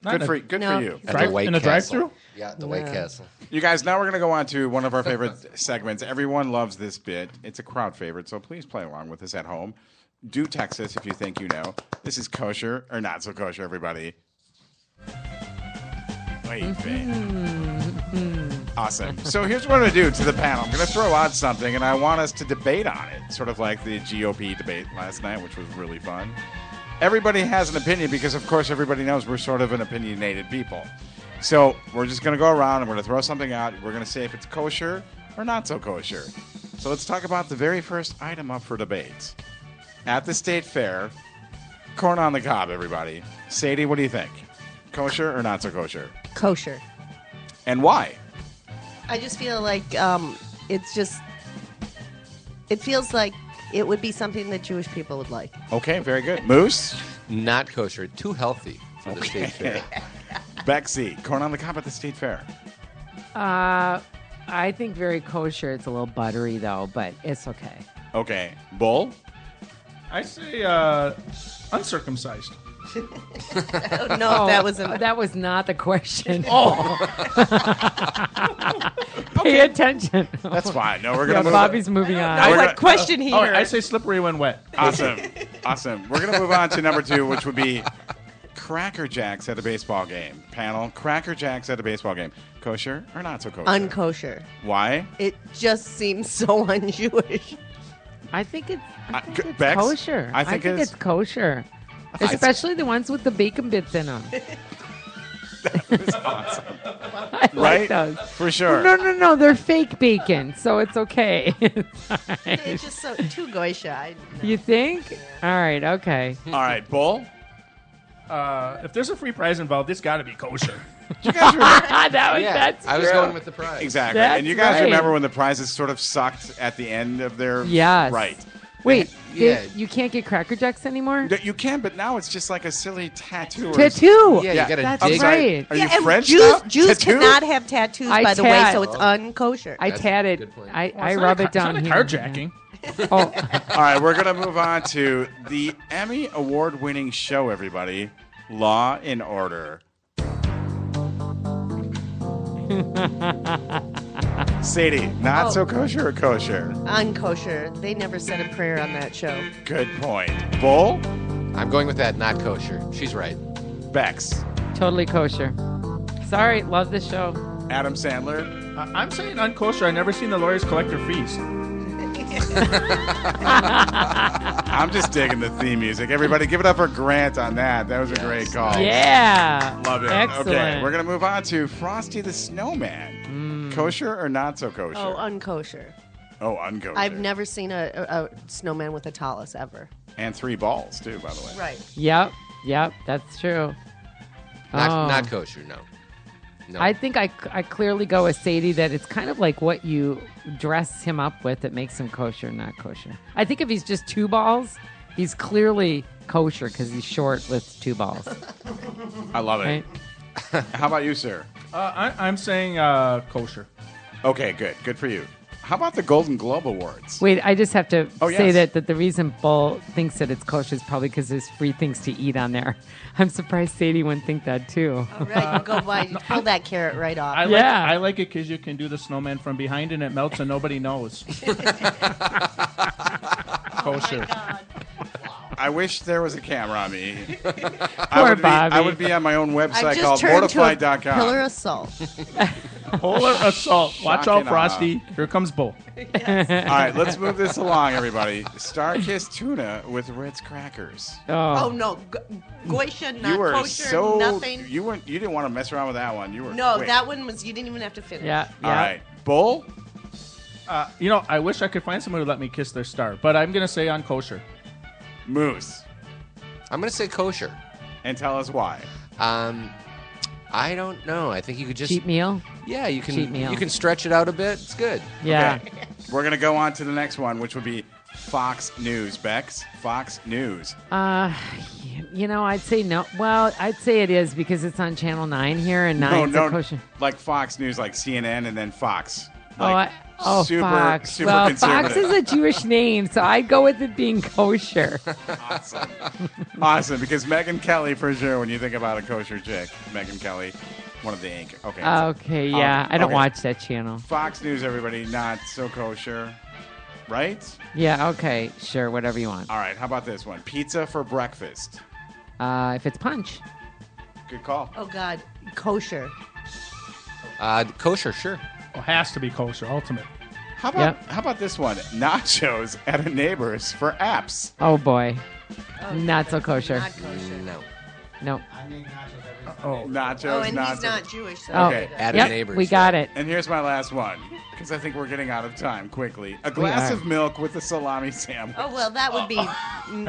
[SPEAKER 8] Not
[SPEAKER 5] Good
[SPEAKER 8] in
[SPEAKER 5] for
[SPEAKER 8] a,
[SPEAKER 5] good
[SPEAKER 7] No.
[SPEAKER 5] for you.
[SPEAKER 9] At the
[SPEAKER 8] drive-
[SPEAKER 9] White
[SPEAKER 8] in a
[SPEAKER 9] Castle.
[SPEAKER 8] drive-thru?
[SPEAKER 9] Yeah, the White Castle.
[SPEAKER 5] You guys, now we're gonna go on to one of our favorite segments. Everyone loves this bit. It's a crowd favorite, so please play along with us at home. Do text us if you think you know. This is kosher or not so kosher, everybody. Wait, man. Awesome. So here's what I'm going to do to the panel. I'm going to throw out something, and I want us to debate on it, sort of like the GOP debate last night, which was really fun. Everybody has an opinion because, of course, everybody knows we're sort of an opinionated people. So we're just going to go around and we're going to throw something out. We're going to say if it's kosher or not so kosher. So let's talk about the very first item up for debate. At the state fair, corn on the cob, everybody. Sadie, what do you think? Kosher or not so kosher?
[SPEAKER 7] Kosher.
[SPEAKER 5] And why?
[SPEAKER 7] I just feel like um, it's just. It feels like it would be something that Jewish people would like.
[SPEAKER 5] Okay, very good. Moose,
[SPEAKER 9] Not kosher. Too healthy for the state fair.
[SPEAKER 5] Bexy, corn on the cob at the state fair.
[SPEAKER 3] Uh, I think very kosher. It's a little buttery though, but it's okay.
[SPEAKER 5] Okay, bull.
[SPEAKER 8] I say uh, uncircumcised.
[SPEAKER 7] I don't know if that was an.
[SPEAKER 3] Oh, That was not the question. Oh, pay attention.
[SPEAKER 5] That's fine. No, we're
[SPEAKER 3] Yeah,
[SPEAKER 5] gonna move.
[SPEAKER 3] Bobby's moving on.
[SPEAKER 7] I was
[SPEAKER 5] We're
[SPEAKER 7] like, question here.
[SPEAKER 8] Oh, I say slippery when wet.
[SPEAKER 5] Awesome, awesome. We're gonna move on to number two, which would be Cracker Jacks at a baseball game. Panel: Cracker Jacks at a baseball game. Kosher or not so kosher?
[SPEAKER 7] unkosher.
[SPEAKER 5] Why?
[SPEAKER 7] It just seems so un-Jewish.
[SPEAKER 3] I think it's, I
[SPEAKER 5] Uh,
[SPEAKER 3] think
[SPEAKER 5] g-
[SPEAKER 3] it's
[SPEAKER 5] Bex,
[SPEAKER 3] kosher.
[SPEAKER 5] I think it is-
[SPEAKER 3] it's kosher.
[SPEAKER 5] it's-
[SPEAKER 3] Especially the ones with the bacon bits in them.
[SPEAKER 5] right?
[SPEAKER 3] those.
[SPEAKER 5] For sure.
[SPEAKER 3] No, no, no. They're fake bacon, so it's okay.
[SPEAKER 7] It's just so too goisha. I,
[SPEAKER 3] you think? All right. Okay.
[SPEAKER 5] All right, bull.
[SPEAKER 8] Uh, if there's a free prize involved, it's got to be kosher.
[SPEAKER 5] You guys remember-
[SPEAKER 3] Ah, that was
[SPEAKER 9] yeah,
[SPEAKER 3] that's
[SPEAKER 9] I was
[SPEAKER 3] true.
[SPEAKER 9] going with the prize.
[SPEAKER 5] exactly.
[SPEAKER 3] That's
[SPEAKER 5] and you guys
[SPEAKER 3] right.
[SPEAKER 5] remember when the prizes sort of sucked at the end of their
[SPEAKER 3] Yes.
[SPEAKER 5] right.
[SPEAKER 3] Wait, they-
[SPEAKER 9] Yeah.
[SPEAKER 3] you can't get Cracker Jacks anymore?
[SPEAKER 5] That You can, but now it's just like a silly tattoo. or-
[SPEAKER 3] Tattoo.
[SPEAKER 9] Yeah, you
[SPEAKER 3] That's
[SPEAKER 9] gotta dig.
[SPEAKER 5] sorry.
[SPEAKER 3] right.
[SPEAKER 5] Are
[SPEAKER 7] yeah,
[SPEAKER 5] you
[SPEAKER 7] and
[SPEAKER 5] French?
[SPEAKER 7] Jews,
[SPEAKER 5] now?
[SPEAKER 7] Jews
[SPEAKER 5] Tattoo?
[SPEAKER 7] cannot have tattoos,
[SPEAKER 3] I
[SPEAKER 7] by the way,
[SPEAKER 3] tat.
[SPEAKER 7] so it's unkosher.
[SPEAKER 3] I
[SPEAKER 9] That's
[SPEAKER 3] tat
[SPEAKER 9] a
[SPEAKER 3] it.
[SPEAKER 9] good point.
[SPEAKER 3] I,
[SPEAKER 8] It's
[SPEAKER 3] I
[SPEAKER 8] not
[SPEAKER 3] rub
[SPEAKER 8] a-
[SPEAKER 3] it down
[SPEAKER 8] It's
[SPEAKER 3] here.
[SPEAKER 8] not a carjacking.
[SPEAKER 3] Oh,
[SPEAKER 5] All right, we're gonna move on to the Emmy award-winning show. Everybody, Law and Order. Sadie, not
[SPEAKER 3] Oh.
[SPEAKER 5] so kosher or kosher?
[SPEAKER 7] unkosher. They never said a prayer on that show.
[SPEAKER 5] Good point. Bull,
[SPEAKER 9] I'm going with that, not kosher. She's right.
[SPEAKER 5] Bex,
[SPEAKER 3] totally kosher. Sorry, love the show.
[SPEAKER 5] Adam Sandler.
[SPEAKER 8] I- Uh, I'm saying unkosher. I've never seen the lawyers collect their fees. Uh,
[SPEAKER 5] I'm just digging the theme music. Everybody, give it up for Grant on that. That was a great call.
[SPEAKER 3] Yeah.
[SPEAKER 5] Love it.
[SPEAKER 3] Excellent. Hmm.
[SPEAKER 5] Okay, we're gonna move on to Frosty the Snowman. Kosher or not so kosher?
[SPEAKER 7] Oh,
[SPEAKER 3] uh,
[SPEAKER 7] unkosher.
[SPEAKER 5] oh unkosher.
[SPEAKER 7] I've never seen a, a, a snowman with a talus ever.
[SPEAKER 5] and three balls too, by the way.
[SPEAKER 7] Right.
[SPEAKER 3] Yep. Yep. That's true.
[SPEAKER 9] Not,
[SPEAKER 3] Oh.
[SPEAKER 9] not kosher. No. No.
[SPEAKER 3] I think I, I clearly go with Sadie that it's kind of like what you dress him up with that makes him kosher, not kosher. I think if he's just two balls, he's clearly kosher because he's short with two balls,
[SPEAKER 5] I love it.
[SPEAKER 3] right?
[SPEAKER 5] How about you, sir?
[SPEAKER 8] Uh, I, I'm saying uh, kosher.
[SPEAKER 5] Okay, good. Good for you. How about the Golden Globe Awards?
[SPEAKER 3] Wait, I just have to
[SPEAKER 5] Oh,
[SPEAKER 3] say
[SPEAKER 5] yes.
[SPEAKER 3] that, that the reason Bull thinks that it's kosher is probably because there's free things to eat on there. I'm surprised Sadie wouldn't think that too.
[SPEAKER 7] Right. You go by, you pull that carrot right off.
[SPEAKER 8] I like,
[SPEAKER 3] Yeah.
[SPEAKER 8] I like it because you can do the snowman from behind and it melts and nobody knows. kosher.
[SPEAKER 5] I wish there was a camera on me. Poor I
[SPEAKER 3] Poor
[SPEAKER 5] would be, I
[SPEAKER 3] Bobby.
[SPEAKER 5] would be on my own
[SPEAKER 7] I
[SPEAKER 5] website called
[SPEAKER 7] just turned to a pillar
[SPEAKER 5] mortified.com.
[SPEAKER 7] of salt.
[SPEAKER 8] Polar assault. Watch
[SPEAKER 5] Shocking
[SPEAKER 8] out, Frosty. Here comes Bull.
[SPEAKER 5] All right, let's move this along, everybody. Starkist tuna with Ritz crackers.
[SPEAKER 7] Oh, no, G- Goisha, not
[SPEAKER 5] you were
[SPEAKER 7] kosher,
[SPEAKER 5] so
[SPEAKER 7] nothing.
[SPEAKER 5] you weren't you didn't want to mess around with that one. You were
[SPEAKER 7] no,
[SPEAKER 5] quick.
[SPEAKER 7] that one was. You didn't even have to finish.
[SPEAKER 3] yeah.
[SPEAKER 5] All
[SPEAKER 3] yeah.
[SPEAKER 5] right, bull.
[SPEAKER 8] You know, I wish I could find someone who let me kiss their star, but I'm going to say on kosher.
[SPEAKER 5] Moose,
[SPEAKER 9] I'm going to say kosher.
[SPEAKER 5] and tell us why.
[SPEAKER 9] Um, I don't know. I think you could just
[SPEAKER 3] Cheap meal.
[SPEAKER 9] yeah, you can
[SPEAKER 3] cheat meal.
[SPEAKER 9] you can stretch it out a bit. It's good.
[SPEAKER 3] Yeah.
[SPEAKER 5] Okay. We're gonna go on to the next one, which would be Fox News. Bex, Fox News.
[SPEAKER 3] Uh, you know, I'd say no. Well, I'd say it is because it's on Channel Nine here, and
[SPEAKER 5] no,
[SPEAKER 3] nine's a
[SPEAKER 5] no,
[SPEAKER 3] kosher.
[SPEAKER 5] like Fox News, like CNN, and then Fox.
[SPEAKER 3] Oh,
[SPEAKER 5] Like
[SPEAKER 3] I, oh,
[SPEAKER 5] super,
[SPEAKER 3] Fox.
[SPEAKER 5] super
[SPEAKER 3] well,
[SPEAKER 5] conservative.
[SPEAKER 3] Fox is a Jewish name, so I'd go with it being kosher.
[SPEAKER 5] awesome. awesome, because Megan Kelly, for sure, when you think about a kosher chick, Megan Kelly, one of the anchor. Okay.
[SPEAKER 3] Oh, okay, yeah,
[SPEAKER 5] Um,
[SPEAKER 3] I don't
[SPEAKER 5] okay.
[SPEAKER 3] watch that channel.
[SPEAKER 5] Fox News, everybody, not so kosher, right?
[SPEAKER 3] Yeah, okay, sure, whatever you want.
[SPEAKER 5] All right, how about this one? Pizza for breakfast.
[SPEAKER 3] Uh, if it's punch,
[SPEAKER 5] Good call.
[SPEAKER 7] Oh God, kosher.
[SPEAKER 9] Uh, kosher, sure.
[SPEAKER 8] Oh, has to be kosher, ultimate.
[SPEAKER 5] How about
[SPEAKER 3] Yep.
[SPEAKER 5] how about this one? Nachos at a neighbor's for apps.
[SPEAKER 3] oh boy, not so kosher.
[SPEAKER 7] Not kosher.
[SPEAKER 9] No.
[SPEAKER 3] No.
[SPEAKER 5] Nachos,
[SPEAKER 7] Oh, and
[SPEAKER 5] nachos.
[SPEAKER 7] he's not Jewish. So
[SPEAKER 3] Oh,
[SPEAKER 5] Okay.
[SPEAKER 9] Add
[SPEAKER 3] yep,
[SPEAKER 9] neighbors.
[SPEAKER 3] we got it.
[SPEAKER 5] And here's my last one, because I think we're getting out of time quickly. A glass
[SPEAKER 3] are.
[SPEAKER 5] of milk with a salami sandwich.
[SPEAKER 7] Oh well, that would be mm,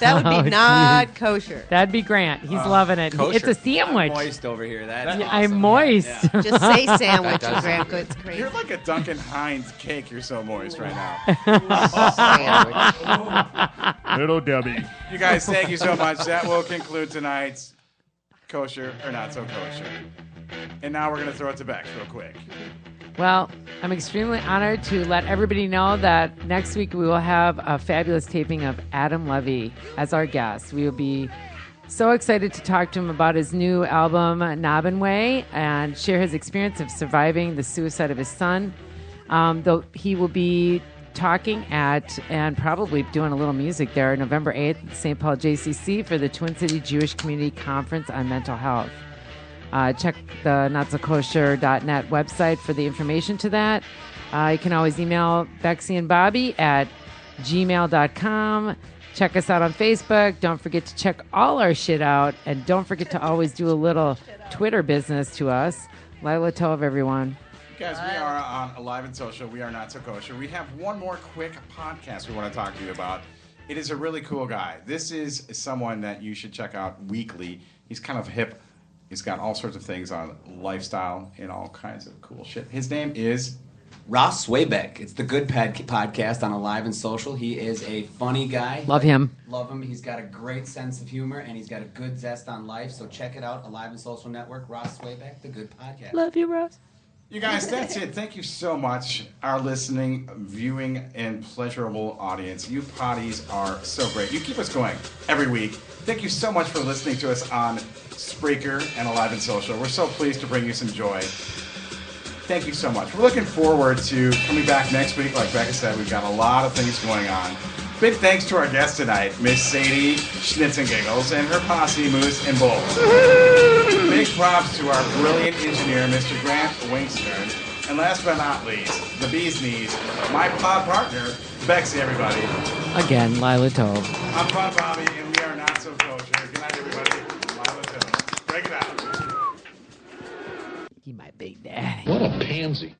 [SPEAKER 7] that would
[SPEAKER 3] Oh,
[SPEAKER 7] be not kosher.
[SPEAKER 3] That'd be Grant. Hees loving it.
[SPEAKER 9] Uh, kosher.
[SPEAKER 3] It's a sandwich.
[SPEAKER 6] Moist over here. That's
[SPEAKER 3] Yeah,
[SPEAKER 6] awesome.
[SPEAKER 3] I'm moist.
[SPEAKER 7] Just say sandwich,
[SPEAKER 9] does
[SPEAKER 7] Grandpa.
[SPEAKER 9] sound
[SPEAKER 7] It's crazy.
[SPEAKER 5] You're like a Duncan Hines cake. You're so moist right now.
[SPEAKER 8] Little Debbie.
[SPEAKER 5] You guys, thank you so much. That will conclude tonight's kosher or not so kosher. And now we're gonna throw it to Bex real quick.
[SPEAKER 3] Well, I'm extremely honored to let everybody know that next week we will have a fabulous taping of Adam Levy as our guest. We will be so excited to talk to him about his new album, Knob and Way, and share his experience of surviving the suicide of his son. Um, though he will be talking at and probably doing a little music there November 8th at St. Paul JCC for the Twin City Jewish Community Conference on Mental Health. Uh, check the notsokosher.net website for the information to that. Uh, you can always email Bexy and Bobby at gmail.com. Check us out on Facebook. Don't forget to check all our shit out. And don't forget to always do a little Twitter business to us. Lila Tove, everyone.
[SPEAKER 5] Guys, we are on Alive and Social. We are not so kosher. We have one more quick podcast we want to talk to you about. It is a really cool guy. This is someone that you should check out weekly. He's kind of hip. He's got all sorts of things on lifestyle and all kinds of cool shit. His name is
[SPEAKER 6] Ross Swabeck. It's the Good Pad podcast on Alive and Social. He is a funny guy.
[SPEAKER 3] Love him.
[SPEAKER 6] Love him. He's got a great sense of humor and he's got a good zest on life. So check it out. Alive and Social Network. Ross Swabeck, the Good Podcast.
[SPEAKER 3] Love you, Ross.
[SPEAKER 5] You guys, that's it. Thank you so much, our listening, viewing, and pleasurable audience. You potties are so great. You keep us going every week. Thank you so much for listening to us on Spreaker and Alive and Social. We're so pleased to bring you some joy. Thank you so much. We're looking forward to coming back next week. Like Becca said, we've got a lot of things going on. Big thanks to our guest tonight, Miss Sadie Schnitzengiggles and her posse, Moose and Bulls. Big props to our brilliant engineer, Mr. Grant Wingstern. And last but not least, the bee's knees, my pod partner, Bexy, everybody.
[SPEAKER 3] Again, Lila Tove.
[SPEAKER 5] I'm Pod Bobby, and we are not so culture. Good night, everybody. Lila Toast. Break it out.
[SPEAKER 3] He my big daddy.
[SPEAKER 4] What a pansy.